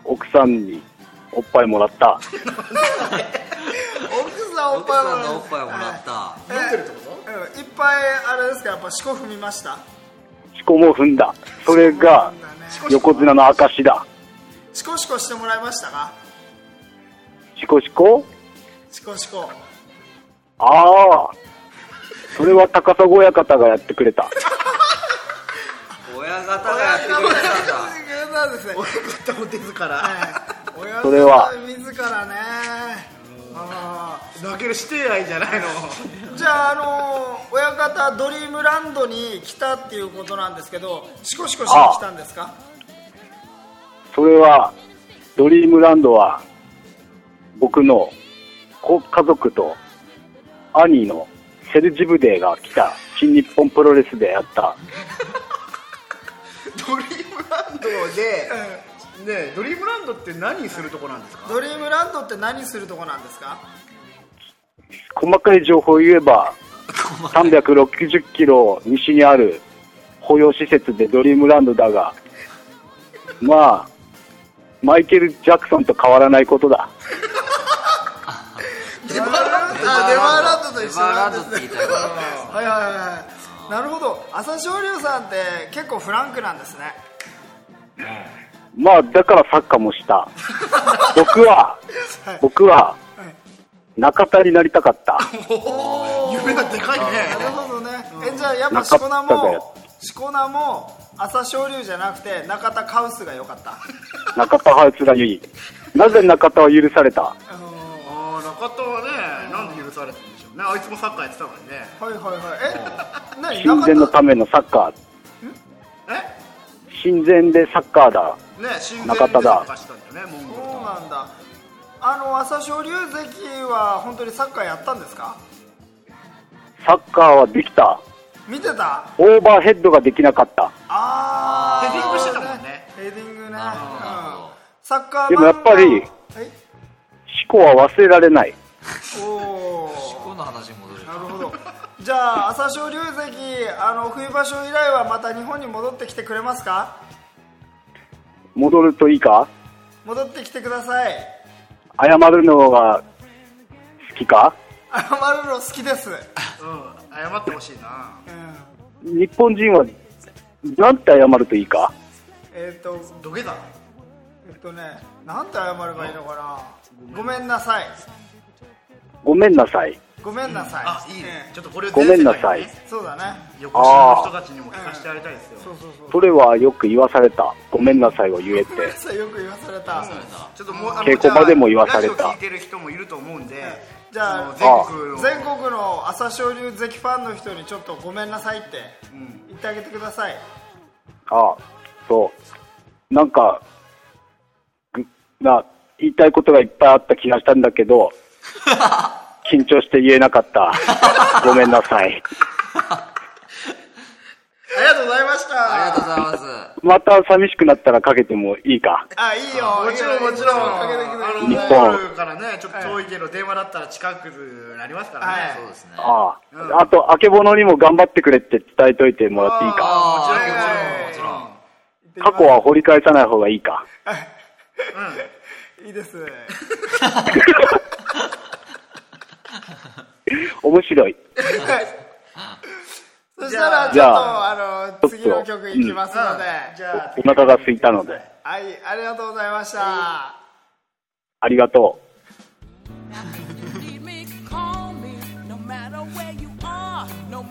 [SPEAKER 9] 奥さんにおっぱいもらった。
[SPEAKER 1] 奥さんおっ
[SPEAKER 3] 奥
[SPEAKER 1] ぱい
[SPEAKER 3] さんのおっ
[SPEAKER 1] も
[SPEAKER 3] ぱい
[SPEAKER 1] ら
[SPEAKER 3] をもらった、
[SPEAKER 1] た飲んでるってこといっぱいあれですかやっぱ四股踏みました
[SPEAKER 9] しこも踏んだ。それが横綱の証だ。
[SPEAKER 1] シコシコしてもらいましたか
[SPEAKER 9] しこしこ
[SPEAKER 1] シコシコ
[SPEAKER 9] ああ。それは高砂親方がやってくれた。
[SPEAKER 3] 親方がやってくれたんだ
[SPEAKER 1] なんですね
[SPEAKER 2] 片お手ずから、
[SPEAKER 1] 親
[SPEAKER 9] <laughs> それは
[SPEAKER 1] 自らねあ
[SPEAKER 2] 泣けるしてないじゃ <laughs> ないの
[SPEAKER 1] ーじゃああのー親方ドリームランドに来たっていうことなんですけどシコシコしに来たんですか
[SPEAKER 9] それは、ドリームランドは、僕の子家族と兄のセルジブデーが来た新日本プロレスでやった。
[SPEAKER 2] ドリームランドで、ねえ、ドリームランドって何するとこなん <laughs> ですか
[SPEAKER 1] ドリームランドって何するとこなんですか
[SPEAKER 9] 細かい情報を言え <laughs> ば、360キロ西にある保養施設でドリームランドだが、まあ、マイケル・ジャクソンと変わらないことだ。
[SPEAKER 1] デバーランドあデバーランドと一緒なんですね
[SPEAKER 3] デバーランドって言いたいこと
[SPEAKER 1] はいはいはいなるほど朝青龍さんって結構フランクなんですね
[SPEAKER 9] まあ、だからサッカーも <laughs> した。僕は、僕は、中田になりたかった。
[SPEAKER 2] 夢がでかい
[SPEAKER 1] なる
[SPEAKER 2] ね
[SPEAKER 1] ほどね、えじゃあやっぱ
[SPEAKER 9] 中
[SPEAKER 1] し
[SPEAKER 9] 田
[SPEAKER 1] こ
[SPEAKER 9] が
[SPEAKER 1] 名
[SPEAKER 9] やっ
[SPEAKER 1] もしこ名も朝青龍じゃなくて中田カウスが良かった <laughs>
[SPEAKER 9] 中田ハウスがいい。なぜ中田は許された
[SPEAKER 2] あー中田はねなんで許されてるんでしょうねあいつもサッカーやってたからね
[SPEAKER 1] はいはいはい。え、
[SPEAKER 9] 親善
[SPEAKER 1] 何
[SPEAKER 9] の
[SPEAKER 1] 中田
[SPEAKER 9] ためのサッカー。
[SPEAKER 2] え
[SPEAKER 9] 親善でサッカーだ。
[SPEAKER 2] ね新鮮
[SPEAKER 9] 中田だ
[SPEAKER 2] サッカーしたんだよねモンゴル
[SPEAKER 1] そう
[SPEAKER 2] と
[SPEAKER 1] なんだ。あの朝青龍関は本当にサッカーやったんですか？
[SPEAKER 9] サッカーはできた。
[SPEAKER 1] 見てた？
[SPEAKER 9] オーバーヘッドができなかった。
[SPEAKER 1] あー
[SPEAKER 2] ヘディングしてたもんね。
[SPEAKER 1] ヘディングね。うん
[SPEAKER 3] なるほど
[SPEAKER 1] サッカー版
[SPEAKER 9] でもやっぱり
[SPEAKER 1] ははい。
[SPEAKER 9] 思考は忘れられない。
[SPEAKER 1] おー。
[SPEAKER 3] この話に戻る
[SPEAKER 1] なるほど。じゃあ朝青龍関あの冬場所以来はまた日本に戻ってきてくれますか？
[SPEAKER 9] 戻るといいか
[SPEAKER 1] 戻ってきてください。
[SPEAKER 9] 謝るのが好きか
[SPEAKER 1] 謝るの好きです。
[SPEAKER 2] うん謝ってほしいな
[SPEAKER 1] うん。
[SPEAKER 9] 日本人はなんて謝るといいか
[SPEAKER 1] えっ、と
[SPEAKER 2] 土下座
[SPEAKER 1] えっとね、なんて謝ればいいのかな。ごめんなさい。
[SPEAKER 9] ごめんなさい。
[SPEAKER 1] ごめんなさい。
[SPEAKER 2] あいい
[SPEAKER 1] え
[SPEAKER 2] ね
[SPEAKER 1] え
[SPEAKER 2] ちょっとこれを
[SPEAKER 9] ごめんなさ
[SPEAKER 2] 全世界
[SPEAKER 9] い
[SPEAKER 2] にね
[SPEAKER 1] そうだね。
[SPEAKER 2] 横島の人たちにも聞かせてやりたいですよ
[SPEAKER 1] そうそうそう。
[SPEAKER 9] それはよく言わされた。ごめんなさいを言えって。
[SPEAKER 1] さよく言わされた。
[SPEAKER 2] ちょっともうあの
[SPEAKER 9] 稽古場でも言わされた
[SPEAKER 2] じゃあラジオ聞いてる人もいると思うんで
[SPEAKER 1] じゃあ
[SPEAKER 2] その全国の
[SPEAKER 1] 全国の朝青龍関ファンの人にちょっとごめんなさいって言ってあげてください。
[SPEAKER 9] ああ、そう。なんか、ぐな、言いたいことがいっぱいあった気がしたんだけど、緊張して言えなかった。ごめんなさい。
[SPEAKER 1] ありがとうございました。
[SPEAKER 3] ありがとうございます
[SPEAKER 9] また寂しくなったらかけてもいいか。
[SPEAKER 1] あ、いいよ。
[SPEAKER 2] もちろんもちろん
[SPEAKER 1] かけてく
[SPEAKER 2] あ
[SPEAKER 1] れ
[SPEAKER 2] の
[SPEAKER 1] る
[SPEAKER 9] 日
[SPEAKER 2] モ
[SPEAKER 9] 本
[SPEAKER 2] ンゴルからねちょっと遠いけど電話だったら近くなりますからね、
[SPEAKER 1] はい
[SPEAKER 3] そうですね
[SPEAKER 9] ああ。あと、あけぼのにも頑張ってくれって伝えといてもらっていいか。
[SPEAKER 3] あ
[SPEAKER 2] もちろん
[SPEAKER 3] あもちろんも
[SPEAKER 9] 過去は掘り返さない方がいいか。
[SPEAKER 1] いいです。
[SPEAKER 9] 面白い。
[SPEAKER 1] そしたらち
[SPEAKER 9] じ
[SPEAKER 1] ょっ
[SPEAKER 9] ゃ
[SPEAKER 1] と
[SPEAKER 9] あ
[SPEAKER 1] あ
[SPEAKER 9] ちょ
[SPEAKER 1] の
[SPEAKER 9] っと
[SPEAKER 1] 次の曲いきますので、
[SPEAKER 2] じゃあ
[SPEAKER 9] お腹が空いたので。
[SPEAKER 1] はい、ありがとうございました。
[SPEAKER 9] ありがとう。
[SPEAKER 10] Need me, call me, no matter where you are, no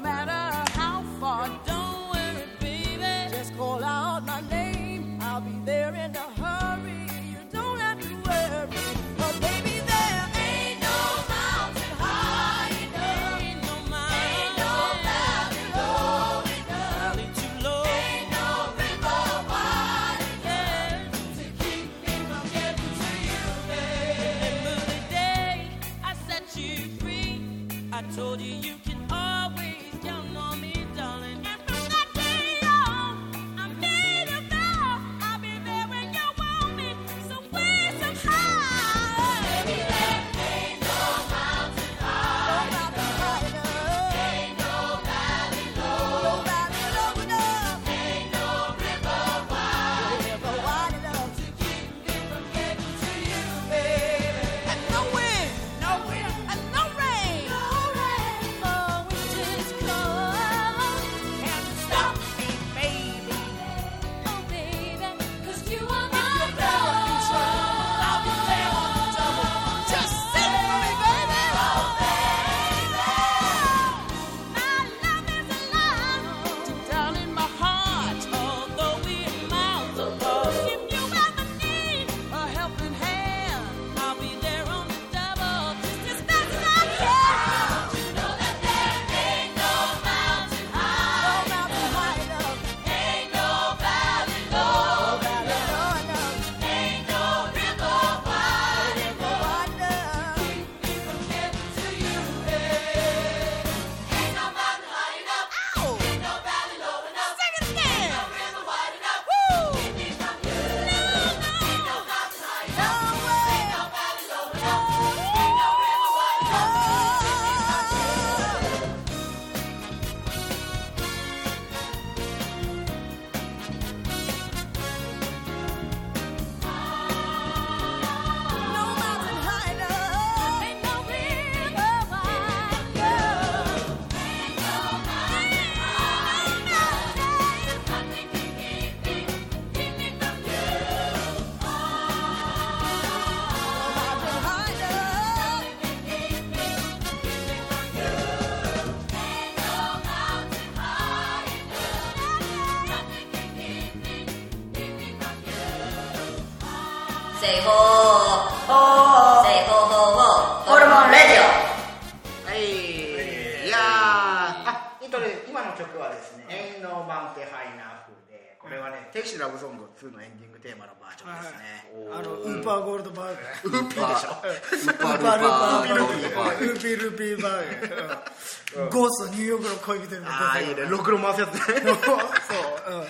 [SPEAKER 10] セイホーセイホーホーホーホルモンレディ
[SPEAKER 2] オはいいやーあニトリ今の曲はですね「遠の版手ハイナー風」でこれはね「テキシラブソング2」のエンディングテーマのバージョンですね
[SPEAKER 1] あのウーパーゴールドバーガー
[SPEAKER 2] ウーピーでしょ
[SPEAKER 3] スーパ
[SPEAKER 1] ウ
[SPEAKER 3] ール
[SPEAKER 1] ーパ
[SPEAKER 3] ーパ
[SPEAKER 1] ールーパ
[SPEAKER 3] ー
[SPEAKER 1] ー
[SPEAKER 3] ロ
[SPEAKER 1] ゴ
[SPEAKER 3] ー
[SPEAKER 1] ー
[SPEAKER 3] ル
[SPEAKER 1] ルド
[SPEAKER 3] ドバ
[SPEAKER 1] バーガールーピールーピーバーガ
[SPEAKER 3] ーグ
[SPEAKER 1] ーゴーストニューヨークの恋人に
[SPEAKER 2] ああいいねろくろ回すやつね
[SPEAKER 1] そう、うん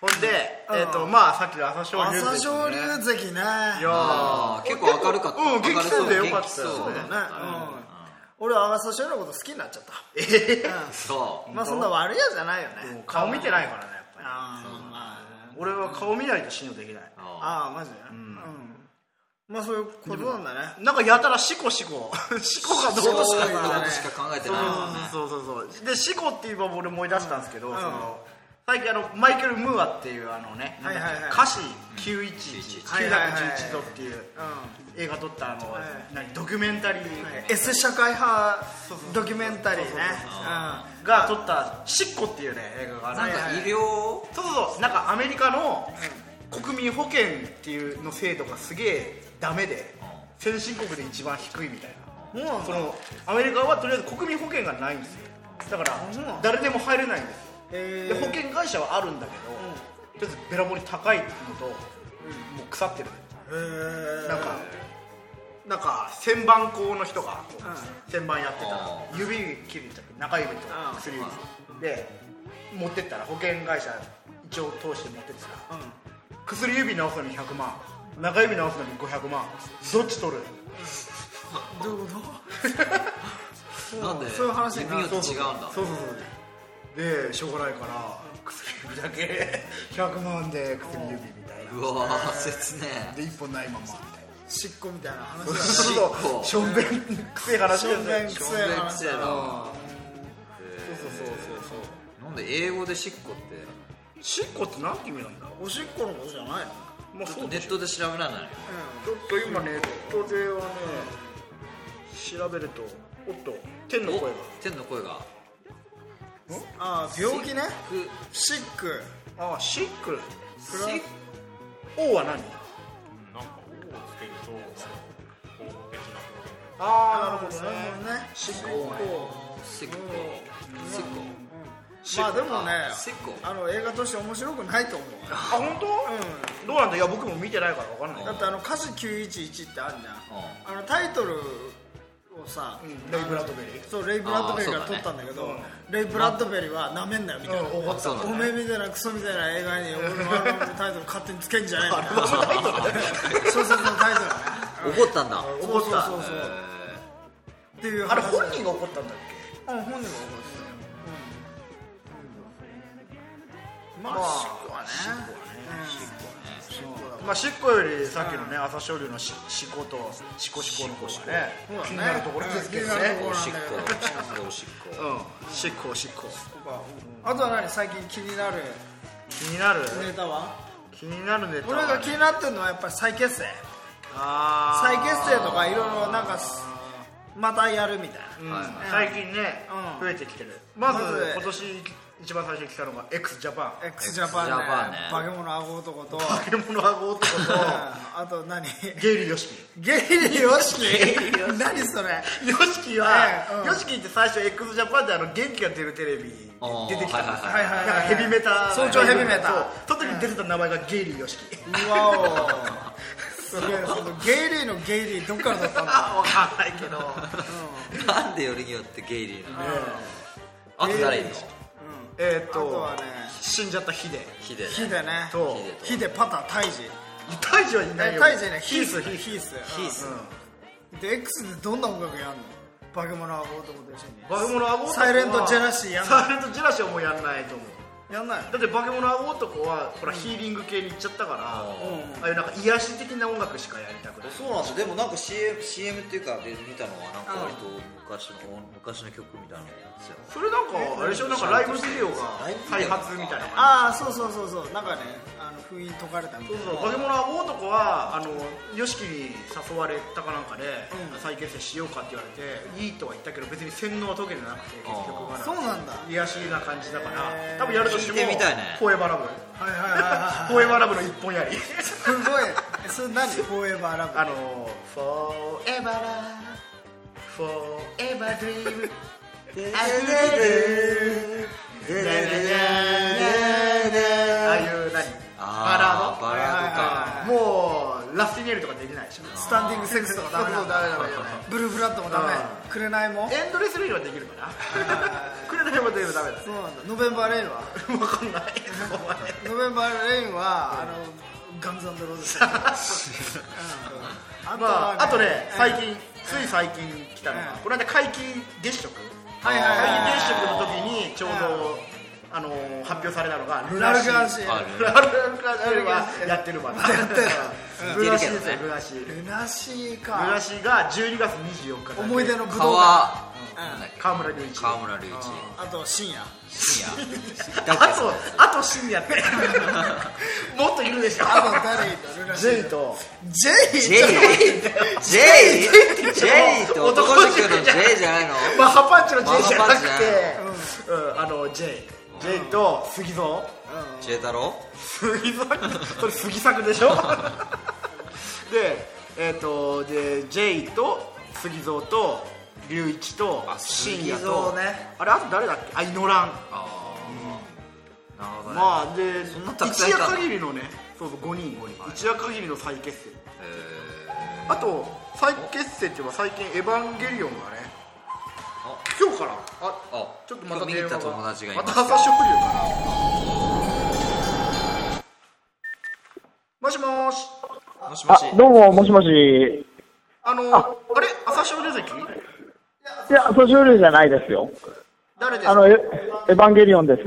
[SPEAKER 2] ほんで、えっとまあさっきの朝青龍ですね
[SPEAKER 1] 朝青龍関
[SPEAKER 2] い
[SPEAKER 1] ね
[SPEAKER 2] やー
[SPEAKER 3] あー結構明るかった
[SPEAKER 2] うん元気そうでよかった
[SPEAKER 3] 明るそう元気そうだ
[SPEAKER 1] ね、うん、俺は朝青龍のこと好きになっちゃった
[SPEAKER 3] そう
[SPEAKER 1] まあそんな悪いやつじゃないよね
[SPEAKER 2] 顔見てないからねやっぱり
[SPEAKER 1] あーまあ
[SPEAKER 2] 俺は顔見ないと信用できない
[SPEAKER 1] あーマジでうん、まあそういうことなんだね
[SPEAKER 2] なんかやたらシコシコ <laughs> シコがどう
[SPEAKER 3] そう
[SPEAKER 2] し
[SPEAKER 3] し
[SPEAKER 2] か
[SPEAKER 3] かしか考えてないもんね
[SPEAKER 2] そうそうそうそうでシコって言えば俺思い出したんですけど、その最近あのマイケル・ムーアっていうあのね、
[SPEAKER 1] はいはいはい
[SPEAKER 2] 歌詞911、
[SPEAKER 1] はいはいはい
[SPEAKER 2] 911度っていう映画撮ったあの、何ドキュメンタリー、
[SPEAKER 1] S 社会派ドキュメンタリーね
[SPEAKER 2] が撮った「シッコ」っていうね映画がある
[SPEAKER 3] なんか医療
[SPEAKER 2] そうそうそうなんかアメリカの国民保険っていうの制度がすげえダメで先進国で一番低いみたいなもうそのアメリカはとりあえず国民保険がないんですよだから誰でも入れないんですよ
[SPEAKER 1] え
[SPEAKER 2] で保険会社はあるんだけどとりあえずべらぼうに高いのともう腐ってるなんかなんか旋盤工の人がこう旋盤やってたら指切れちゃって中指と薬指で持ってったら保険会社一応通して持ってったら薬指直すのに100万中指直すのに500万どっち取る
[SPEAKER 1] どういうこ
[SPEAKER 3] なんで
[SPEAKER 1] そういう話に
[SPEAKER 3] 指
[SPEAKER 1] な
[SPEAKER 3] に
[SPEAKER 1] る
[SPEAKER 3] よって違うんだ
[SPEAKER 2] そうそうそうでしょうがないから薬指だ
[SPEAKER 1] <laughs>
[SPEAKER 2] け100万で薬指みたいな
[SPEAKER 3] うわー切ね
[SPEAKER 2] で一本ないままみたいな
[SPEAKER 1] としっこみたいな話だね
[SPEAKER 2] ちょっとしょんべんくせえ話だよ
[SPEAKER 1] しょんべん
[SPEAKER 2] ね
[SPEAKER 1] く
[SPEAKER 3] え
[SPEAKER 1] せえ話
[SPEAKER 3] そう
[SPEAKER 2] そうそうそうそう
[SPEAKER 3] なんで英語でしっこって
[SPEAKER 2] しっこって何て意味なんだろ
[SPEAKER 1] おしっこのことじゃないの
[SPEAKER 2] うまあそう
[SPEAKER 3] ネットで調べられない
[SPEAKER 2] ちょっと今ネットではね調べるとおっと天の
[SPEAKER 3] の
[SPEAKER 2] 声が
[SPEAKER 3] お天の声が
[SPEAKER 1] ああ病気ね
[SPEAKER 3] く
[SPEAKER 1] シック
[SPEAKER 2] ああシック
[SPEAKER 3] しっ
[SPEAKER 2] 王は何
[SPEAKER 11] なんか「お」をつけるとなんか法的なこと
[SPEAKER 2] ああなるほ
[SPEAKER 1] そ
[SPEAKER 2] ど
[SPEAKER 1] れ
[SPEAKER 2] ね
[SPEAKER 1] もね
[SPEAKER 2] シック王
[SPEAKER 3] しっこしっこ
[SPEAKER 1] まあでもね
[SPEAKER 3] しっこ
[SPEAKER 1] あの映画として面白くないと思う
[SPEAKER 2] あ本当、どうなんだいや僕も見てないから分かんない
[SPEAKER 1] だってあの歌詞911ってあるじゃん、あのタイトルをさ、
[SPEAKER 2] レイ・ブラッドベリー
[SPEAKER 1] そうレイ・ブラッドベリーが
[SPEAKER 3] あーそう
[SPEAKER 1] 撮っ
[SPEAKER 3] だね
[SPEAKER 1] たんだけどレイ・ブラッドベリーはなめんなよみたいな、
[SPEAKER 2] 怒った
[SPEAKER 1] おめえみたいなクソみたいな映画に俺のアルバムのタイトル勝手につけんじゃねえみたいな小説のタイトルね
[SPEAKER 3] 怒ったんだ
[SPEAKER 1] 怒ったそうそうそうっていう話
[SPEAKER 2] あれ本人が怒ったんだっけ
[SPEAKER 1] うん本人が怒ってたよ、うんまあ、シックはね
[SPEAKER 2] まあシッコよりさっきのね朝青龍のしシコとシコシコの方がね
[SPEAKER 1] そうだね
[SPEAKER 2] 気になるところですけどね
[SPEAKER 1] うん気になるところ
[SPEAKER 3] おしっこおしっこ
[SPEAKER 2] うんシコシコ
[SPEAKER 1] あとは何最近気になる
[SPEAKER 2] 気になる
[SPEAKER 1] ネタは
[SPEAKER 2] 気になるネタ
[SPEAKER 1] 俺が気になってるのはやっぱり再結成
[SPEAKER 2] あ
[SPEAKER 1] 再結成とかいろいろなんかすまたやるみたいな、
[SPEAKER 2] ー最近ね
[SPEAKER 1] うん
[SPEAKER 2] 増えてきてるまず
[SPEAKER 1] まず
[SPEAKER 2] 今年一番最初に来たのが x ジャパ
[SPEAKER 1] x ジャパンね
[SPEAKER 3] XJAPAN ね
[SPEAKER 1] 化け物顎男と
[SPEAKER 2] ン化け物アゴ男と
[SPEAKER 1] <laughs> あと何
[SPEAKER 2] ゲイリーヨシ
[SPEAKER 1] ゲイリーヨシキ何それ
[SPEAKER 2] キヨシキは
[SPEAKER 1] ええうん
[SPEAKER 2] ヨシキって最初 x ジャパンであの元気が出るテレビに出てきたんですよ
[SPEAKER 3] あーはい
[SPEAKER 1] はいはいはい
[SPEAKER 2] なんかヘビメタ
[SPEAKER 1] 早朝ヘビメタ
[SPEAKER 2] そうその時に出てた名前がゲイリーヨシキ
[SPEAKER 1] うわおすげえそのゲイリーのゲイリーどっからだ <laughs> ったんだ
[SPEAKER 2] わかんないけど
[SPEAKER 3] <laughs> なんでよりによってゲイリーなのあと誰いるの
[SPEAKER 2] えーっ
[SPEAKER 1] あと
[SPEAKER 2] と
[SPEAKER 1] はね
[SPEAKER 2] 死んじゃったヒデ
[SPEAKER 3] ヒデ
[SPEAKER 1] ヒデね
[SPEAKER 2] と
[SPEAKER 1] ヒデパタタイジ
[SPEAKER 2] 大樹はいない
[SPEAKER 1] え
[SPEAKER 2] よ
[SPEAKER 1] タイジねヒー
[SPEAKER 2] ヒ
[SPEAKER 1] ス
[SPEAKER 2] ース
[SPEAKER 1] ヒース
[SPEAKER 3] ヒース
[SPEAKER 1] うんで X でどんな音楽やんの化け物顎男と一緒に
[SPEAKER 2] バケモノアゴ男は
[SPEAKER 1] サイレントジェラシーやんない
[SPEAKER 2] サイレントジェラシーはもうやんないと思う
[SPEAKER 1] やんない
[SPEAKER 2] だってバケモノアゴ男はほらヒーリング系に行っちゃったからああいうなんか癒し的な音楽しかやりたくない
[SPEAKER 3] そうなんですよでもなんか CM, CM っていうかで見たのはなんか割と昔の昔の曲みたいなのやつよ
[SPEAKER 2] それなんかあれでしょなんかライブビデオが
[SPEAKER 3] ライブビデオ
[SPEAKER 2] 開発みたいなあ
[SPEAKER 1] ああそうそうそうそうなんかねあの封印解かれたみたいな
[SPEAKER 2] そうバケモノアゴ男はあの YOSHIKI に誘われたかなんかで再結成しようかって言われていいとは言ったけど別に洗脳は解けてなくて結局は
[SPEAKER 1] そうなんだ
[SPEAKER 2] 癒しな感じだから多分やるとしても
[SPEAKER 3] 聞いてみたいね
[SPEAKER 2] <laughs> フォーエバーラブ
[SPEAKER 1] はいはいはいは
[SPEAKER 2] <laughs>
[SPEAKER 1] い
[SPEAKER 2] フォーエバーラブの一本やり
[SPEAKER 1] すごいそれ何フォーエバーラブ
[SPEAKER 2] あのフォーエバーラブフォーエバードリームああいう何バラード
[SPEAKER 3] バラードか
[SPEAKER 2] もうラスティニエルとかできないでしょ
[SPEAKER 1] スタンディングセックスとかダメな
[SPEAKER 2] そ
[SPEAKER 1] ん
[SPEAKER 2] うダ
[SPEAKER 1] だ
[SPEAKER 2] メダメダメ
[SPEAKER 1] ブルーフラットもダメ
[SPEAKER 2] う
[SPEAKER 1] 紅も
[SPEAKER 2] エンドレスレイルはできるかな <laughs> くれないもでもダメだ
[SPEAKER 1] そうなんだノベンバーレインは
[SPEAKER 2] 分か <laughs> んない
[SPEAKER 1] ノベンバーレインはあのガンズロー
[SPEAKER 2] <laughs>
[SPEAKER 1] ズ
[SPEAKER 2] まああとね最近つい最近来たの
[SPEAKER 1] う
[SPEAKER 2] が
[SPEAKER 1] ん
[SPEAKER 2] この間皆既月食
[SPEAKER 1] はいはいはい
[SPEAKER 2] 皆既月食の時にちょうどあのー発表されたのがルナ
[SPEAKER 1] ラル
[SPEAKER 2] シ
[SPEAKER 1] ク
[SPEAKER 2] ー
[SPEAKER 1] アンシー
[SPEAKER 3] あ
[SPEAKER 2] ルナルクはやってるわやって
[SPEAKER 3] る
[SPEAKER 2] ルナシーです
[SPEAKER 3] や
[SPEAKER 2] よ
[SPEAKER 3] って
[SPEAKER 2] ル
[SPEAKER 3] るけどね
[SPEAKER 2] ナシール
[SPEAKER 1] ルナシー
[SPEAKER 2] ナ
[SPEAKER 1] か
[SPEAKER 2] シーが12月24日だけ
[SPEAKER 1] 思い出の武道館
[SPEAKER 3] 川なんだっけ
[SPEAKER 2] 川村隆一
[SPEAKER 3] 川村隆
[SPEAKER 1] あと深夜
[SPEAKER 3] 一深
[SPEAKER 2] あ
[SPEAKER 3] 夜
[SPEAKER 2] とあと深 <laughs> 夜ってもっといるでしょ
[SPEAKER 1] あと誰いたルナシ
[SPEAKER 2] ジェイ
[SPEAKER 1] ー
[SPEAKER 2] と
[SPEAKER 1] ジェイ
[SPEAKER 3] ジェイジェイジェイと男の人のジェイじゃないの
[SPEAKER 2] マハパンチの J じゃなくて
[SPEAKER 3] マ
[SPEAKER 2] うんあの J J と杉蔵
[SPEAKER 3] ジェイ太郎
[SPEAKER 2] <laughs> 杉蔵それ杉作でしょ <laughs> でえっ、とで J と杉蔵と龍一と
[SPEAKER 3] あ
[SPEAKER 2] 深
[SPEAKER 3] 杉
[SPEAKER 2] 夜
[SPEAKER 3] 蔵
[SPEAKER 2] と
[SPEAKER 3] ね
[SPEAKER 2] あれあと誰だっけあイノラン
[SPEAKER 3] なるほどね
[SPEAKER 2] まあで
[SPEAKER 3] んなたくさん
[SPEAKER 2] 一
[SPEAKER 3] いた
[SPEAKER 2] 夜限りのねそうそう5人5人一夜限りの再結成あと再結成っていうか最近「エヴァンゲリオン」がね
[SPEAKER 3] あ
[SPEAKER 2] 今日から
[SPEAKER 3] ああ
[SPEAKER 2] ちょっとまた
[SPEAKER 3] 見に行った
[SPEAKER 2] 電話
[SPEAKER 3] 友達がい
[SPEAKER 2] ま
[SPEAKER 3] ます
[SPEAKER 2] た朝食料かなもしもーし
[SPEAKER 3] もしも
[SPEAKER 9] あ
[SPEAKER 3] し、
[SPEAKER 9] どうも、もしもし。い
[SPEAKER 2] あのー、あれ朝食料席
[SPEAKER 9] や、年寄りじゃないですよ。
[SPEAKER 2] 誰です
[SPEAKER 9] あ
[SPEAKER 2] か
[SPEAKER 9] の、エエヴァンゲリオンです。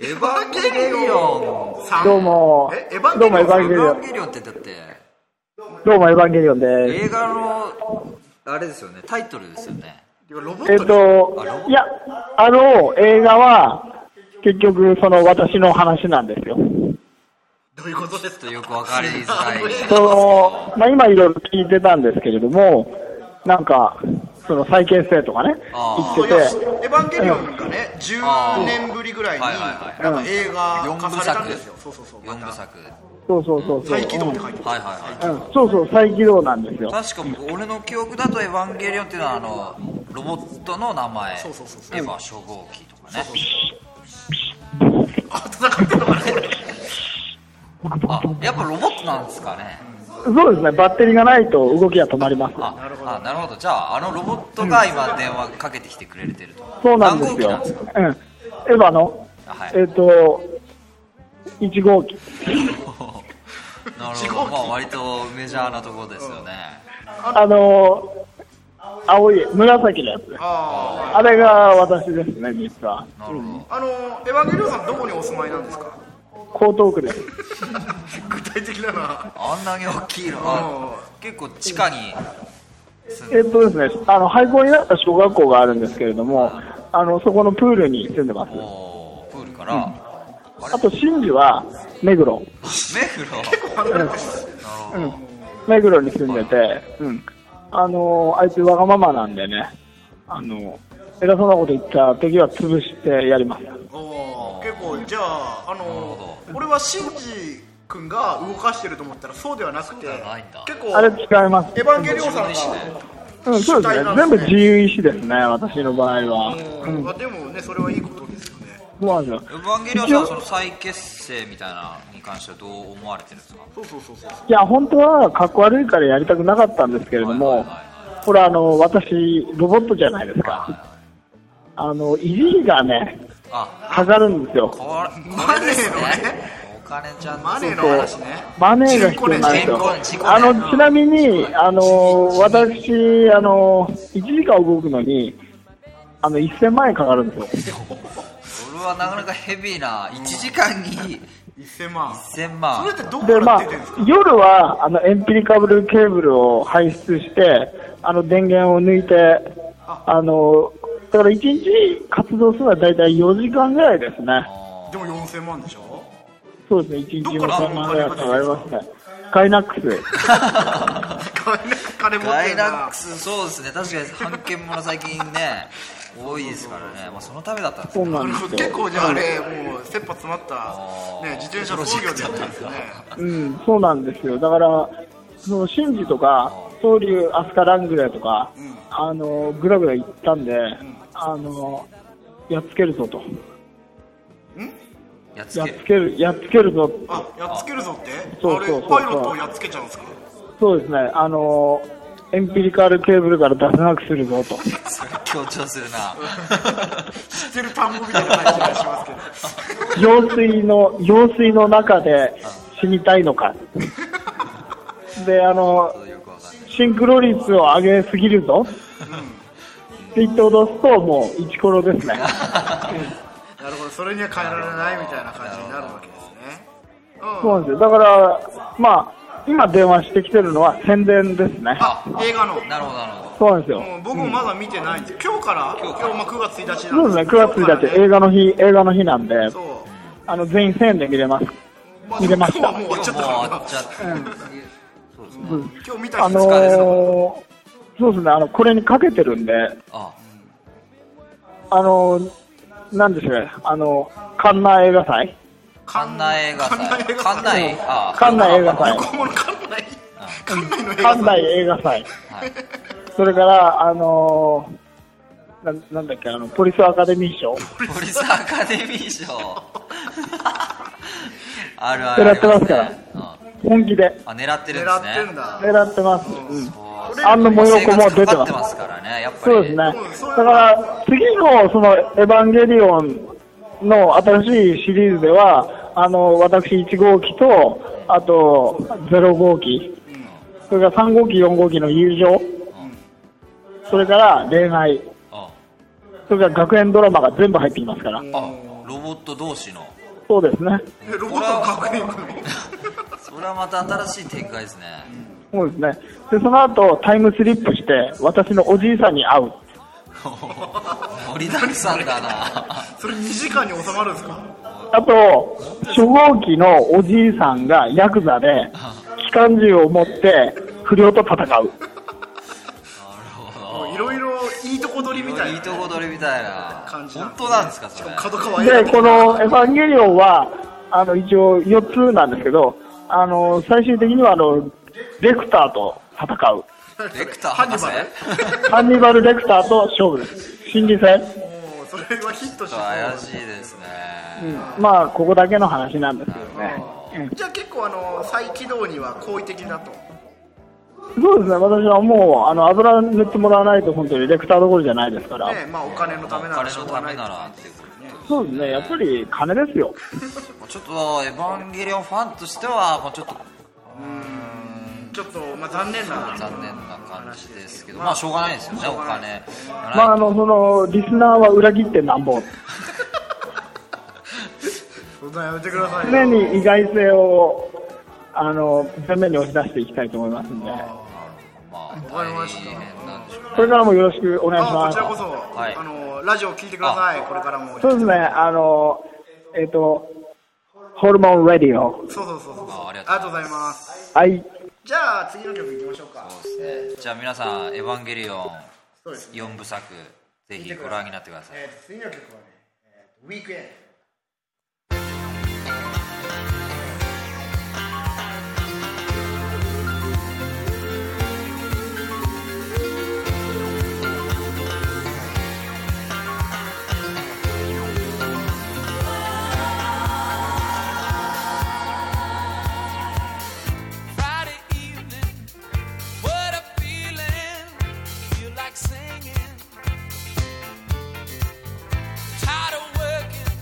[SPEAKER 3] エヴァンゲリオン
[SPEAKER 2] さん
[SPEAKER 9] どうも
[SPEAKER 2] えエヴァンゲリオン、
[SPEAKER 9] どうもエヴァ
[SPEAKER 3] エ
[SPEAKER 9] ンゲリ
[SPEAKER 3] ヴ
[SPEAKER 9] オ
[SPEAKER 3] ァン
[SPEAKER 9] ン、
[SPEAKER 3] ゲリオンってだって
[SPEAKER 9] どうもエヴァンゲリオンで
[SPEAKER 3] 映画のあれですよねタイトルですよね
[SPEAKER 2] ロボッ
[SPEAKER 9] す。え
[SPEAKER 2] トです
[SPEAKER 9] っと、いや、あの、映画は、結局、その、私の話なんですよ。
[SPEAKER 2] どういうことですか
[SPEAKER 3] ちょっとよくわかりづらい
[SPEAKER 9] その、まあ、今いろいろ聞いてたんですけれども、なんか、その、再結成とかね、
[SPEAKER 3] あー
[SPEAKER 9] 言
[SPEAKER 2] そう
[SPEAKER 9] っ
[SPEAKER 2] いや
[SPEAKER 9] てて、
[SPEAKER 2] エヴァンゲリオンがね10年ぶりぐらいに
[SPEAKER 3] はいはいはい
[SPEAKER 2] なんか映画
[SPEAKER 3] 四
[SPEAKER 2] 化
[SPEAKER 3] 部
[SPEAKER 2] されたん
[SPEAKER 3] 作
[SPEAKER 2] ですよそうそうそうま
[SPEAKER 3] 四部
[SPEAKER 2] た
[SPEAKER 3] 作はい
[SPEAKER 9] そうそうそうそう。
[SPEAKER 2] 再起動って書いて
[SPEAKER 3] はい
[SPEAKER 2] ます
[SPEAKER 3] はい
[SPEAKER 9] うん、そうそう、再起動なんですよ。
[SPEAKER 3] 確か僕俺の記憶だと「エヴァンゲリオン」っていうのはあのロボットの名前
[SPEAKER 2] そうそうそうそう
[SPEAKER 3] エヴァ初号機とかね
[SPEAKER 2] あ戦ってんのかなこれ
[SPEAKER 3] あやっぱロボットなんですかね
[SPEAKER 9] そうですね、バッテリーがないと動きが止まります。
[SPEAKER 3] ああなるほどじゃああのロボットが今電話かけてきてくれてると
[SPEAKER 9] そうなんです
[SPEAKER 3] 何
[SPEAKER 9] よ
[SPEAKER 3] 号機なんです。
[SPEAKER 9] うん。エヴァの、
[SPEAKER 3] あはい
[SPEAKER 9] えっ、と、1号機。
[SPEAKER 3] <laughs> なるほどまあ割とメジャーなところですよね
[SPEAKER 9] あのー、青い、紫のやつ。
[SPEAKER 2] あ
[SPEAKER 9] あれが私ですね、実は。
[SPEAKER 3] なるほど
[SPEAKER 2] ーあのーエヴァンゲリオンさんどこにお住まいなんですか
[SPEAKER 9] 江東区です。
[SPEAKER 2] <laughs> 具体的だな
[SPEAKER 3] あんなに大きいのあ結構地下に
[SPEAKER 9] えっ、とですね、あの、廃校になった小学校があるんですけれども、あの、そこのプールに住んでます。
[SPEAKER 3] おープールから
[SPEAKER 9] あと、真珠は、目黒。
[SPEAKER 3] 目黒
[SPEAKER 9] うん。目黒に住んでて、うん。あのー、あいつわがままなんでね、あのー、偉そうなこと言った時は潰してやります。
[SPEAKER 2] おー結構じゃああのー俺はシンジ君が動かしてると思ったらそうではなくて
[SPEAKER 3] そうではないんだ
[SPEAKER 2] 結
[SPEAKER 9] あ
[SPEAKER 2] 構
[SPEAKER 9] れ
[SPEAKER 2] エ
[SPEAKER 9] 違います。
[SPEAKER 2] ヴァンゲリオンさんが
[SPEAKER 3] 自分の意思で
[SPEAKER 9] うん、そうですね。全部自由意志ですね、私の場合は。
[SPEAKER 2] うんまあでもねそれはいいことですよね
[SPEAKER 9] そうなんです
[SPEAKER 3] エ
[SPEAKER 9] よ。
[SPEAKER 3] ヴァンゲリオンさんはその再結成みたいなのに関してはどう思われてるんですか
[SPEAKER 2] そうそうそうそう
[SPEAKER 9] いや、本当は、かっこ悪いからやりたくなかったんですけれども、ほら、あの、私、ロボットじゃないですか。あの、維持費がね、
[SPEAKER 3] あ
[SPEAKER 9] かかるんですよ。
[SPEAKER 3] これこ
[SPEAKER 2] マ
[SPEAKER 3] れで
[SPEAKER 2] ネー
[SPEAKER 3] す
[SPEAKER 2] の
[SPEAKER 3] ね
[SPEAKER 2] ね
[SPEAKER 3] お金ちゃん
[SPEAKER 2] マネーの
[SPEAKER 9] そう
[SPEAKER 2] 話ね
[SPEAKER 9] マネーが必要なんです
[SPEAKER 3] 人工
[SPEAKER 9] よ
[SPEAKER 3] ね人工。ね
[SPEAKER 9] あの、ちなみに、あの、私、あの、1時間動くのに、あの、1000万円かかるんですよ。
[SPEAKER 3] それはなかなかヘビーな1時間に
[SPEAKER 2] 1000万
[SPEAKER 3] 1000
[SPEAKER 2] そ
[SPEAKER 3] 万
[SPEAKER 2] れってどこ
[SPEAKER 9] で、
[SPEAKER 2] か
[SPEAKER 9] ま
[SPEAKER 2] ら
[SPEAKER 9] あ
[SPEAKER 2] 出てるんですか、、
[SPEAKER 9] 夜は、あの、エンピリカブルケーブルを排出して、あの、電源を抜いて、あの、だから一日活動するのは大体4時間ぐらいですね。
[SPEAKER 2] でも4000万でしょ
[SPEAKER 9] そうですね、一日
[SPEAKER 2] どっ
[SPEAKER 9] 4
[SPEAKER 2] から
[SPEAKER 9] 時間ぐらいかかりますね。ガイナックス。
[SPEAKER 2] <laughs> 金持って
[SPEAKER 9] <laughs>
[SPEAKER 3] ガイ
[SPEAKER 2] る
[SPEAKER 3] ナッ
[SPEAKER 2] な
[SPEAKER 1] <laughs>
[SPEAKER 3] クスそうですね確かに半券もの最近ね多いですからね、まあ、そのためだったんです
[SPEAKER 1] そう
[SPEAKER 3] ね
[SPEAKER 1] なんですよ
[SPEAKER 2] 結構じゃああれもう切羽詰まった、ね、自転車工業でやったんですよね
[SPEAKER 1] うん、そうなんですよ。だから、その、シンジとか、総流、アスカラングレーとか、あの、ぐらぐら行ったんで、あの、やっつけるぞと。
[SPEAKER 3] やっつ
[SPEAKER 1] やっ
[SPEAKER 3] け
[SPEAKER 1] つ
[SPEAKER 3] る
[SPEAKER 1] ける、やっつけるぞ。
[SPEAKER 2] あやっつけるぞって
[SPEAKER 1] そう
[SPEAKER 2] あれ
[SPEAKER 1] そうそうそう
[SPEAKER 2] パイロットをやっつけちゃうんですか
[SPEAKER 1] そうですね、あの、エンピリカルケーブルから出せなくす
[SPEAKER 2] <laughs>
[SPEAKER 1] るぞと。
[SPEAKER 3] 強調するな
[SPEAKER 2] 知ってる単語みたいな感じがしますけど <laughs>
[SPEAKER 1] 用水の、用水の中で死にたい
[SPEAKER 2] <laughs>
[SPEAKER 1] のか。で、あの、シンクロ率を上げすぎるぞ。って言って脅すと、もう、イチコロ <laughs> ですね。
[SPEAKER 2] なるほどそれには変えられないみたいな感じになるわけですね
[SPEAKER 1] そうなんですよ。だから、まあ、今電話してきてるのは宣伝ですね。
[SPEAKER 2] 映画の
[SPEAKER 3] なるほどなるほ
[SPEAKER 1] そ
[SPEAKER 3] ど
[SPEAKER 1] うなんですよ。
[SPEAKER 2] もう僕もまだ見てないんです、今日から今日まあ9月1日なんですけ
[SPEAKER 1] そう
[SPEAKER 2] ど
[SPEAKER 1] ですね、9月
[SPEAKER 2] 今日
[SPEAKER 1] 1
[SPEAKER 2] から
[SPEAKER 1] 日、映画の日、映画の日なんで、
[SPEAKER 2] そ
[SPEAKER 1] あの、全員1000円で見れます。
[SPEAKER 2] う、まあ、
[SPEAKER 1] 見れました
[SPEAKER 2] 今日はもう終わっちゃった
[SPEAKER 3] もう終
[SPEAKER 2] か
[SPEAKER 3] わっちゃった
[SPEAKER 1] うん
[SPEAKER 2] ら今日見た
[SPEAKER 1] あ
[SPEAKER 2] 人
[SPEAKER 1] の
[SPEAKER 2] 使える
[SPEAKER 1] ー、そうですね、あの、これにかけてるんで、
[SPEAKER 3] あ
[SPEAKER 1] あのー、なんでしょうね、あの、館内映画祭
[SPEAKER 3] 館内映画祭館
[SPEAKER 2] 館
[SPEAKER 3] 内あ
[SPEAKER 1] 館内映画祭
[SPEAKER 2] 横浜の館内館内の映画
[SPEAKER 1] 館内映画祭。
[SPEAKER 3] はい
[SPEAKER 1] それから、あのー、なんなんだっけ、あの、ポリスアカデミー賞
[SPEAKER 3] ポリスアカデミ
[SPEAKER 1] <laughs>
[SPEAKER 3] ー賞あるある
[SPEAKER 1] 狙ってますから
[SPEAKER 3] うん
[SPEAKER 1] 本気で
[SPEAKER 3] あ狙ってるんで
[SPEAKER 2] 狙っ
[SPEAKER 3] すね
[SPEAKER 2] てるんだ
[SPEAKER 1] 狙ってます。うん。
[SPEAKER 3] そう
[SPEAKER 1] あんの模様子も出
[SPEAKER 3] 生活
[SPEAKER 1] て
[SPEAKER 3] かか
[SPEAKER 1] ま
[SPEAKER 3] って
[SPEAKER 1] す。
[SPEAKER 3] ますからねやっぱり
[SPEAKER 1] そうですね。だから、次の、その、エヴァンゲリオンの新しいシリーズでは、あの、私1号機と、あと、0号機、それから3号機、4号機の友情、それから恋愛、
[SPEAKER 3] あ
[SPEAKER 1] それから学園ドラマが全部入ってきますから。
[SPEAKER 3] あロボット同士の
[SPEAKER 1] そうですね。
[SPEAKER 2] えロボットの学園行くの
[SPEAKER 3] それはまた新しい展開ですね
[SPEAKER 1] そうですね。で、その後、タイムスリップして、私のおじいさんに会う。
[SPEAKER 3] <laughs> 盛りだくさんだな
[SPEAKER 2] それ2時間に収まるんですか
[SPEAKER 1] あと、初号機のおじいさんがヤクザで、機関銃を持って不良と戦う。
[SPEAKER 2] もういろいろいいとこ取りみたい
[SPEAKER 3] いい
[SPEAKER 2] な
[SPEAKER 3] とこ取りみたいな
[SPEAKER 2] 感じなん
[SPEAKER 3] 本
[SPEAKER 2] ですね
[SPEAKER 3] 当なんですかそれ
[SPEAKER 2] 角川映画
[SPEAKER 1] で、このエヴァンゲリオンは、あの、一応4つなんですけど、あの、最終的にはあの、レクターと戦う。
[SPEAKER 3] レクター博士
[SPEAKER 2] ハンニ
[SPEAKER 1] ハンニバル・レクターと勝負です。心理戦
[SPEAKER 2] もうそれはヒットし
[SPEAKER 3] ち
[SPEAKER 2] そ
[SPEAKER 3] ょっと怪
[SPEAKER 2] う
[SPEAKER 3] しいですね、
[SPEAKER 1] まあ、ここだけの話なんですけどね。
[SPEAKER 2] じゃあ結構あの再起動には好意的だと
[SPEAKER 1] そうですね、私はもう、あの、油塗ってもらわないと、本当にレクターどころじゃないですから。
[SPEAKER 2] ねまあお金のためなら
[SPEAKER 3] 彼
[SPEAKER 2] しょ
[SPEAKER 3] の
[SPEAKER 2] う
[SPEAKER 3] た
[SPEAKER 2] がな
[SPEAKER 3] め
[SPEAKER 2] い
[SPEAKER 3] ならっていうことね
[SPEAKER 1] そうですね、やっぱり金ですよ。
[SPEAKER 3] <laughs> ちょっとエヴァンゲリオンファンとしては、まあ、ちょっと
[SPEAKER 2] ちょっとまあ残念な
[SPEAKER 3] 残念な感じですけど、まあしょうがないですよね、お金。
[SPEAKER 1] まあ、あの、その、リスナーは裏切ってなんぼ。
[SPEAKER 2] そんなやめてください
[SPEAKER 1] 常に意外性を、あの、前面に押し出していきたいと思いますんで、
[SPEAKER 3] まあ、
[SPEAKER 2] わかり
[SPEAKER 3] 大
[SPEAKER 2] ました
[SPEAKER 3] 変なんでしょうね。
[SPEAKER 1] これからもよろしくお願いし
[SPEAKER 2] あ
[SPEAKER 1] ま
[SPEAKER 2] こ
[SPEAKER 1] す
[SPEAKER 2] ち。らこそ、
[SPEAKER 3] はい
[SPEAKER 2] あのラジオ聞いてくださいこれからも
[SPEAKER 1] そうですね、あの、えっ、と、ホルモン・ラディオ。
[SPEAKER 2] そうそうそうそう
[SPEAKER 3] あありが
[SPEAKER 2] ありが
[SPEAKER 3] と
[SPEAKER 2] とうございます
[SPEAKER 1] はい。
[SPEAKER 2] じゃあ次の曲いきましょうか
[SPEAKER 3] そうですね。じゃあ皆さん、エヴァンゲリオン
[SPEAKER 2] そうですね
[SPEAKER 3] 4部作、ぜひご覧になってください。
[SPEAKER 2] えー、次の曲はね、えー、ウィークエンド
[SPEAKER 6] Friday evening, what a feeling. Feel like singing. Tired of working,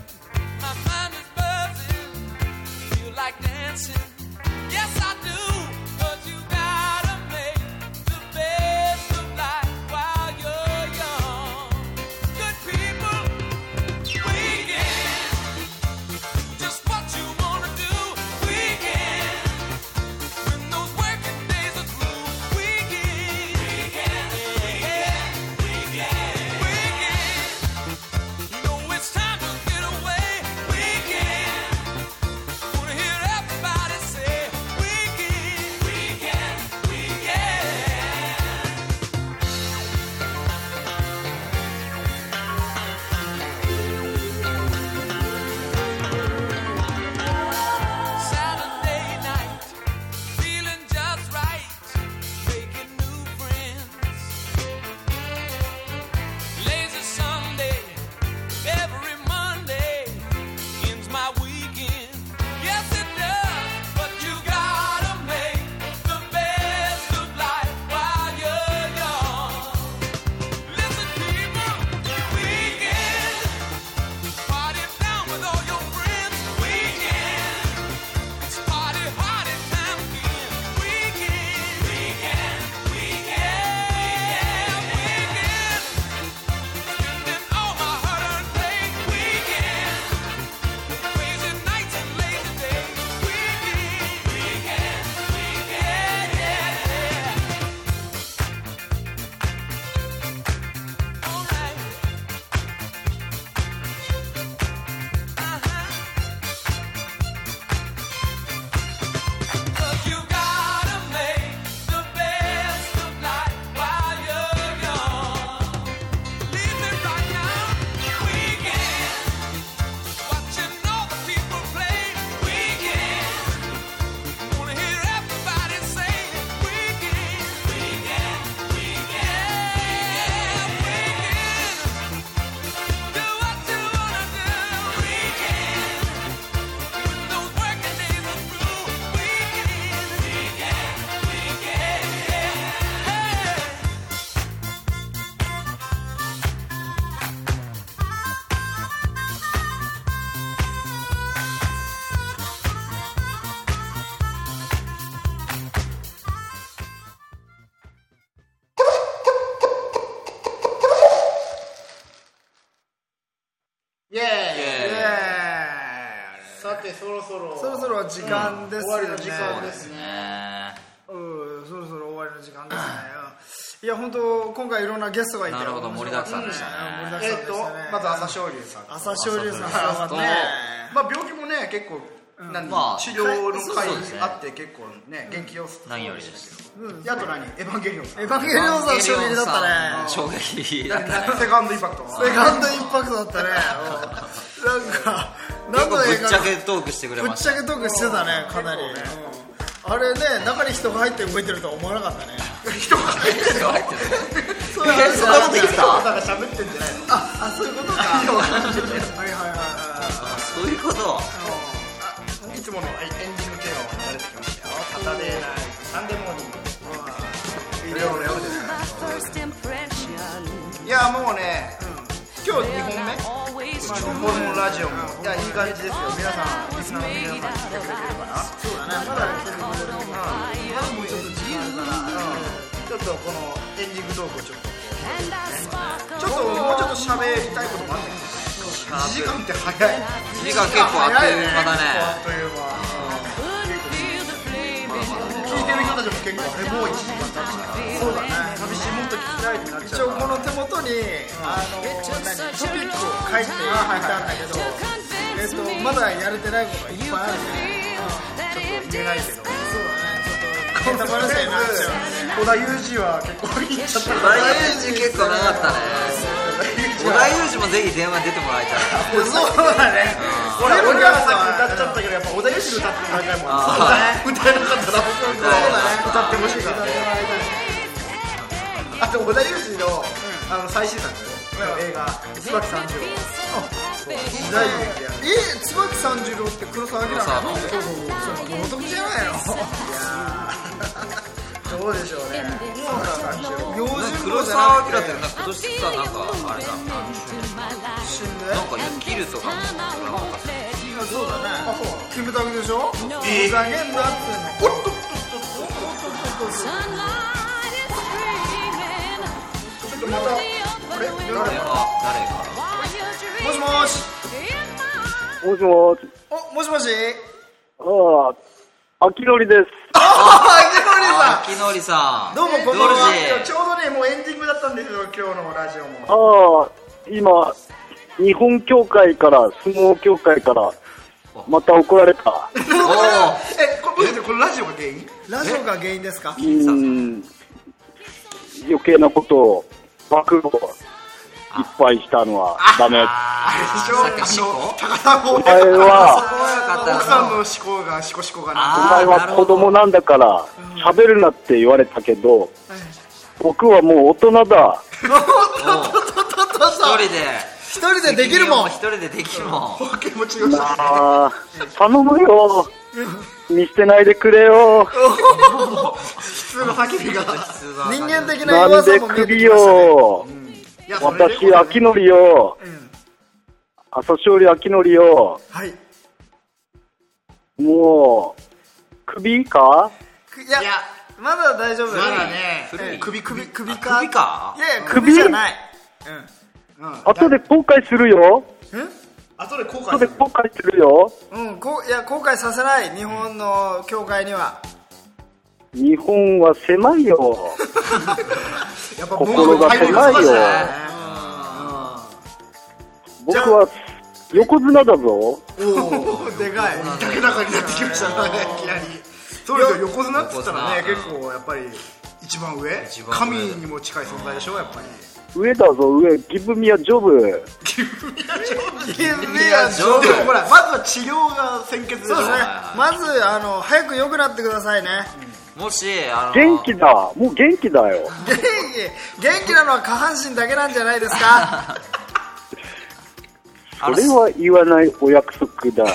[SPEAKER 2] してそろそろ
[SPEAKER 1] そろそろ時間ですよね
[SPEAKER 2] 終わりの時間ですね
[SPEAKER 3] ね
[SPEAKER 1] うんそろそろ終わりの時間ですねいや本当今回いろんなゲストがいて
[SPEAKER 3] なるほど盛りだくさんでしたね
[SPEAKER 1] うん盛りだ
[SPEAKER 2] えっ
[SPEAKER 1] くさんでし
[SPEAKER 2] と
[SPEAKER 1] たね
[SPEAKER 2] まず朝青龍さん
[SPEAKER 1] 朝青龍さんすごかった
[SPEAKER 2] ねまあ病気もね結構なん
[SPEAKER 3] まあ
[SPEAKER 2] 治療の会
[SPEAKER 3] そうですね
[SPEAKER 2] あって結構ね元気を
[SPEAKER 3] 何よりです
[SPEAKER 2] あと何エヴァンゲリオンさん
[SPEAKER 1] エヴァンゲリオンさん衝撃だったね
[SPEAKER 3] 衝撃だったね
[SPEAKER 2] セカンドインパクト
[SPEAKER 1] セカンドインパクトだったねうんなんか
[SPEAKER 3] <laughs> 結
[SPEAKER 1] 何
[SPEAKER 3] 構ぶ
[SPEAKER 1] の映
[SPEAKER 3] っ
[SPEAKER 1] 画
[SPEAKER 3] ちゃけトークしてくれ
[SPEAKER 1] ぶっ
[SPEAKER 3] まし
[SPEAKER 1] ち
[SPEAKER 3] た
[SPEAKER 1] ゃけトークしてたねかなり、うんあれね中に人が入って動いてるとは思わなかったね
[SPEAKER 2] 人が入ってる
[SPEAKER 1] そ
[SPEAKER 3] えそんなこと言ってた
[SPEAKER 2] 人が喋ってんじゃないの
[SPEAKER 1] ああそういうことかはいはいはいは
[SPEAKER 3] そういうこと
[SPEAKER 2] いつものエンディングテーマは流れてきましたよサタデーナイトサンデーモーニングいや俺やるですね
[SPEAKER 12] My first impression.
[SPEAKER 2] いやもうね、今日2本目
[SPEAKER 12] Always
[SPEAKER 2] まあ、このラジオもいやいい感じですよ皆さんリスナーの皆さん来てくれてるかなそうだねまだちょっともうちょっと時間あるから、ちょっとこのエンディングトークをちょっと
[SPEAKER 12] and I sparkle.
[SPEAKER 2] ちょっともうちょっと喋りたいこともあって1時間って早い
[SPEAKER 3] 時間結構あっという間だ
[SPEAKER 2] あ
[SPEAKER 3] ね
[SPEAKER 2] っという間、
[SPEAKER 12] Couldn't feel the flame in your
[SPEAKER 2] 聞いてる人たちも結構あれもう1時間経っちゃうそうだね寂しいもっと聞きたいってなっち
[SPEAKER 1] い一
[SPEAKER 2] ゃ
[SPEAKER 1] 応
[SPEAKER 2] うから
[SPEAKER 1] この手元にあ
[SPEAKER 2] <laughs>
[SPEAKER 1] の何トピックを書いていたんだけど、えっ
[SPEAKER 12] convince
[SPEAKER 1] と
[SPEAKER 12] me
[SPEAKER 1] まだやれてないことがいっぱいあるね
[SPEAKER 12] that it
[SPEAKER 2] 言えないけど
[SPEAKER 1] そうだねちょっとネタバレになっちゃうね
[SPEAKER 2] 織田裕二は結構いっちゃった
[SPEAKER 3] 小田裕二結構長かったね小田裕二もぜひ電話に出てもらいたい
[SPEAKER 1] そうだね
[SPEAKER 2] ほら、俺らがさっき歌っちゃったけど、やっぱ小田裕二の歌ってもらいたいもん。そうだね。歌えなかったら、そうだね。歌ってほしいからね。あと、小田裕二の、あの、最新作の映画、椿三十郎。時代劇や。
[SPEAKER 1] え椿三十郎って黒沢明なの
[SPEAKER 3] 黒沢の
[SPEAKER 1] そうそうそうこの男じゃないの
[SPEAKER 2] どうでしょうね。もうさ、三十郎。
[SPEAKER 1] 標準語
[SPEAKER 3] 黒
[SPEAKER 1] じゃな
[SPEAKER 3] 沢
[SPEAKER 1] くて
[SPEAKER 3] 明ってなんか今年さなんかあれだ何周年
[SPEAKER 1] 死んで
[SPEAKER 3] なんかねキルとかもなんか
[SPEAKER 1] そうだねあそうキムタクでしょふざけんなってのおっとっとっとっとっとっと
[SPEAKER 12] sunlight is streaming
[SPEAKER 2] ちょっとまた、
[SPEAKER 12] through the open
[SPEAKER 3] 誰
[SPEAKER 12] window
[SPEAKER 3] が誰が
[SPEAKER 12] while you're
[SPEAKER 1] もし
[SPEAKER 12] dreaming
[SPEAKER 1] も
[SPEAKER 12] in my
[SPEAKER 1] し
[SPEAKER 9] もしもし、
[SPEAKER 1] おもしもし
[SPEAKER 9] ああ、秋のりです。
[SPEAKER 3] あ木のりさん
[SPEAKER 1] どうもこんばん
[SPEAKER 3] ドル
[SPEAKER 1] は
[SPEAKER 2] ち
[SPEAKER 3] ジ
[SPEAKER 2] ょうどね、もうエンディングだったんですよ、今日のラジオも。
[SPEAKER 9] ああ、今、日本協会から、相撲協会から、また怒られた。
[SPEAKER 2] え、これ、これラジオが原因
[SPEAKER 1] ラジオが原因ですか
[SPEAKER 9] うーん、余計なことを、暴露をいっぱいしたのはダメ。
[SPEAKER 3] さっきシコ
[SPEAKER 2] 高田
[SPEAKER 9] お
[SPEAKER 2] 剛
[SPEAKER 9] 前は、
[SPEAKER 2] 奥さんの思考が、しこしこがな。
[SPEAKER 9] お
[SPEAKER 3] あー
[SPEAKER 9] 前
[SPEAKER 3] な
[SPEAKER 9] は
[SPEAKER 3] る
[SPEAKER 9] 子
[SPEAKER 3] ほど
[SPEAKER 9] 供なんだから、喋るなって言われたけど、僕はもう大人だ。
[SPEAKER 2] <laughs>
[SPEAKER 3] 一人で
[SPEAKER 1] 一人でできるもん
[SPEAKER 3] 一人でできるもん
[SPEAKER 2] 気持ちよ
[SPEAKER 1] <laughs>
[SPEAKER 2] さ。
[SPEAKER 9] あー頼むよ。見捨てないでくれよ。
[SPEAKER 2] 普通の叫びが。
[SPEAKER 3] 普通だ
[SPEAKER 1] 人間的な
[SPEAKER 9] な
[SPEAKER 1] 弱
[SPEAKER 9] んで
[SPEAKER 1] さも見えて
[SPEAKER 9] 首
[SPEAKER 1] きましたね
[SPEAKER 9] よ。
[SPEAKER 2] いやそれで
[SPEAKER 9] 私、秋のりよ。朝勝利秋のりよ。
[SPEAKER 1] はい
[SPEAKER 9] もう、首か
[SPEAKER 1] くいやまだ大丈夫
[SPEAKER 2] まだね、首首首
[SPEAKER 1] 首か
[SPEAKER 3] 首か
[SPEAKER 1] いやいや
[SPEAKER 9] 首
[SPEAKER 1] 首じゃない
[SPEAKER 9] 後で後悔するよ。
[SPEAKER 2] 後で後
[SPEAKER 9] 後
[SPEAKER 2] 悔
[SPEAKER 9] です
[SPEAKER 2] る
[SPEAKER 9] 後悔するよ。
[SPEAKER 1] うんこういや後悔させない日本の教会には
[SPEAKER 9] 日本は狭い <laughs> よ。
[SPEAKER 2] やっぱ
[SPEAKER 9] 心が狭いよ。僕は横綱だぞ。
[SPEAKER 1] おおでかい
[SPEAKER 2] 竹中になってきましたねいきなりそうですよ横綱っつったらね
[SPEAKER 3] 横
[SPEAKER 2] 結構やっぱり一番上
[SPEAKER 3] 一番上
[SPEAKER 2] 神にも近い存在でしょやっぱり
[SPEAKER 9] 上だぞ、上。ギブミアジョブ。
[SPEAKER 1] いや
[SPEAKER 3] 丈夫
[SPEAKER 2] でもほらまずは治療が先決です
[SPEAKER 1] そうですね
[SPEAKER 2] ね
[SPEAKER 1] まずあの早く良くなってくださいね
[SPEAKER 2] <laughs>
[SPEAKER 3] もしあの
[SPEAKER 9] 元気だ。もう元気だよ。
[SPEAKER 1] 元気元気なのは下半身だけなんじゃないですか
[SPEAKER 3] あ
[SPEAKER 9] そ
[SPEAKER 3] の
[SPEAKER 9] れは言わないお約束だ。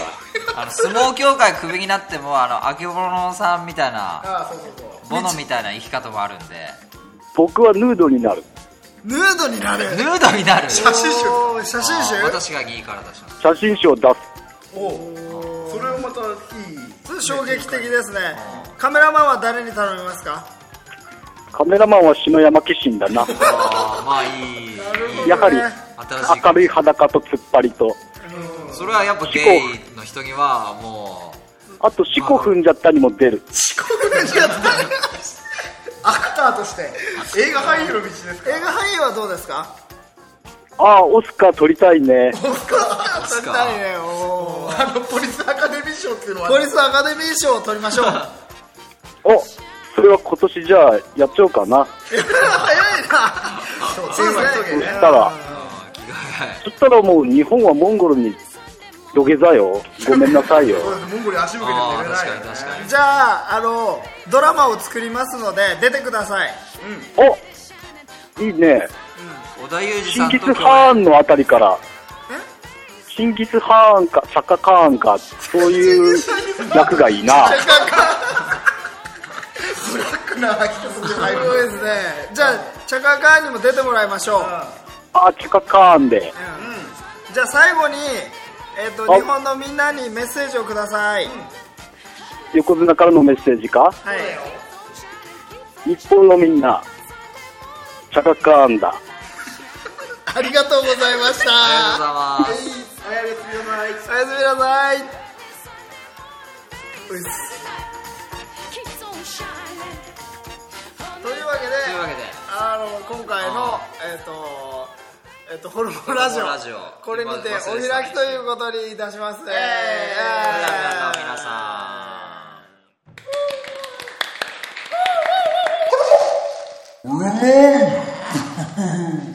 [SPEAKER 3] あの相撲協会クビになってもあの秋物さんみたいな
[SPEAKER 2] あそうそうそう
[SPEAKER 3] ボノみたいな生き方もあるんで
[SPEAKER 9] 僕はヌードになる。
[SPEAKER 1] ヌードになる
[SPEAKER 3] ヌードになる
[SPEAKER 2] 写真集
[SPEAKER 1] おー写真集
[SPEAKER 3] あー私がいいから出します
[SPEAKER 9] 写真集を出す。
[SPEAKER 2] おそれはまたいい
[SPEAKER 1] 衝撃的ですねカメラマンは誰に頼みますか
[SPEAKER 9] カメラマンは篠山紀信だ <laughs>
[SPEAKER 3] ま
[SPEAKER 9] な。
[SPEAKER 3] あいい
[SPEAKER 9] やはり
[SPEAKER 3] 新しい
[SPEAKER 9] 明るい裸と突っ張りと、
[SPEAKER 3] それはやっぱゲイの人にはも
[SPEAKER 9] あと、四股踏んじゃったにも出る。
[SPEAKER 2] アクターとして映画俳優の道ですか
[SPEAKER 1] 映画俳優はどうですか
[SPEAKER 9] ああ、オスカー取りたい <laughs> ね。
[SPEAKER 1] 取りたいねおー
[SPEAKER 2] あのポリスアカデミー賞っていうのは
[SPEAKER 1] ポリスアカデミー賞を取りましょう
[SPEAKER 9] お、それは今年じゃあやっちゃおうかな。
[SPEAKER 1] 早いなそうです
[SPEAKER 9] そ
[SPEAKER 1] ね
[SPEAKER 9] したら、そしたらもう日本はモンゴルに土下座よ。ごめんなさ <laughs> いよ。
[SPEAKER 2] モンゴル足向けて寝れないよね
[SPEAKER 1] じゃああのドラマを作りますので出てください
[SPEAKER 9] いいね。
[SPEAKER 3] う織田裕二
[SPEAKER 9] チン
[SPEAKER 3] さん
[SPEAKER 9] ギ
[SPEAKER 3] と
[SPEAKER 9] ス・
[SPEAKER 3] 共
[SPEAKER 9] ハー
[SPEAKER 3] 演
[SPEAKER 9] ンのあたりから、チンギス・ハーンか、サッカーカーンか、そういう役がい <laughs> いな。
[SPEAKER 1] ブラックな人すごいですねじゃあチャカカーンにも出てもらいましょう
[SPEAKER 9] あ、サッカーカーンで。
[SPEAKER 1] じゃあ最後に、えっと
[SPEAKER 9] あ
[SPEAKER 1] 日本のみんなにメッセージをください、
[SPEAKER 9] 横綱からのメッセージか
[SPEAKER 1] はい
[SPEAKER 9] 日本のみんな、チャカカーンだ。
[SPEAKER 1] ありがとうございました
[SPEAKER 3] ありがとうございます
[SPEAKER 1] おやすみなさいおやすみなさい
[SPEAKER 12] Keeps on shining.
[SPEAKER 1] というわけで
[SPEAKER 3] というわけで
[SPEAKER 1] あの今回のえっ、とえっ、とホルモンラジオ
[SPEAKER 3] ホルモンラジオ
[SPEAKER 1] これにて
[SPEAKER 3] 今忘れて
[SPEAKER 1] お
[SPEAKER 3] た
[SPEAKER 1] 開きということにいたしますえ
[SPEAKER 3] ありがとう皆さん
[SPEAKER 1] えー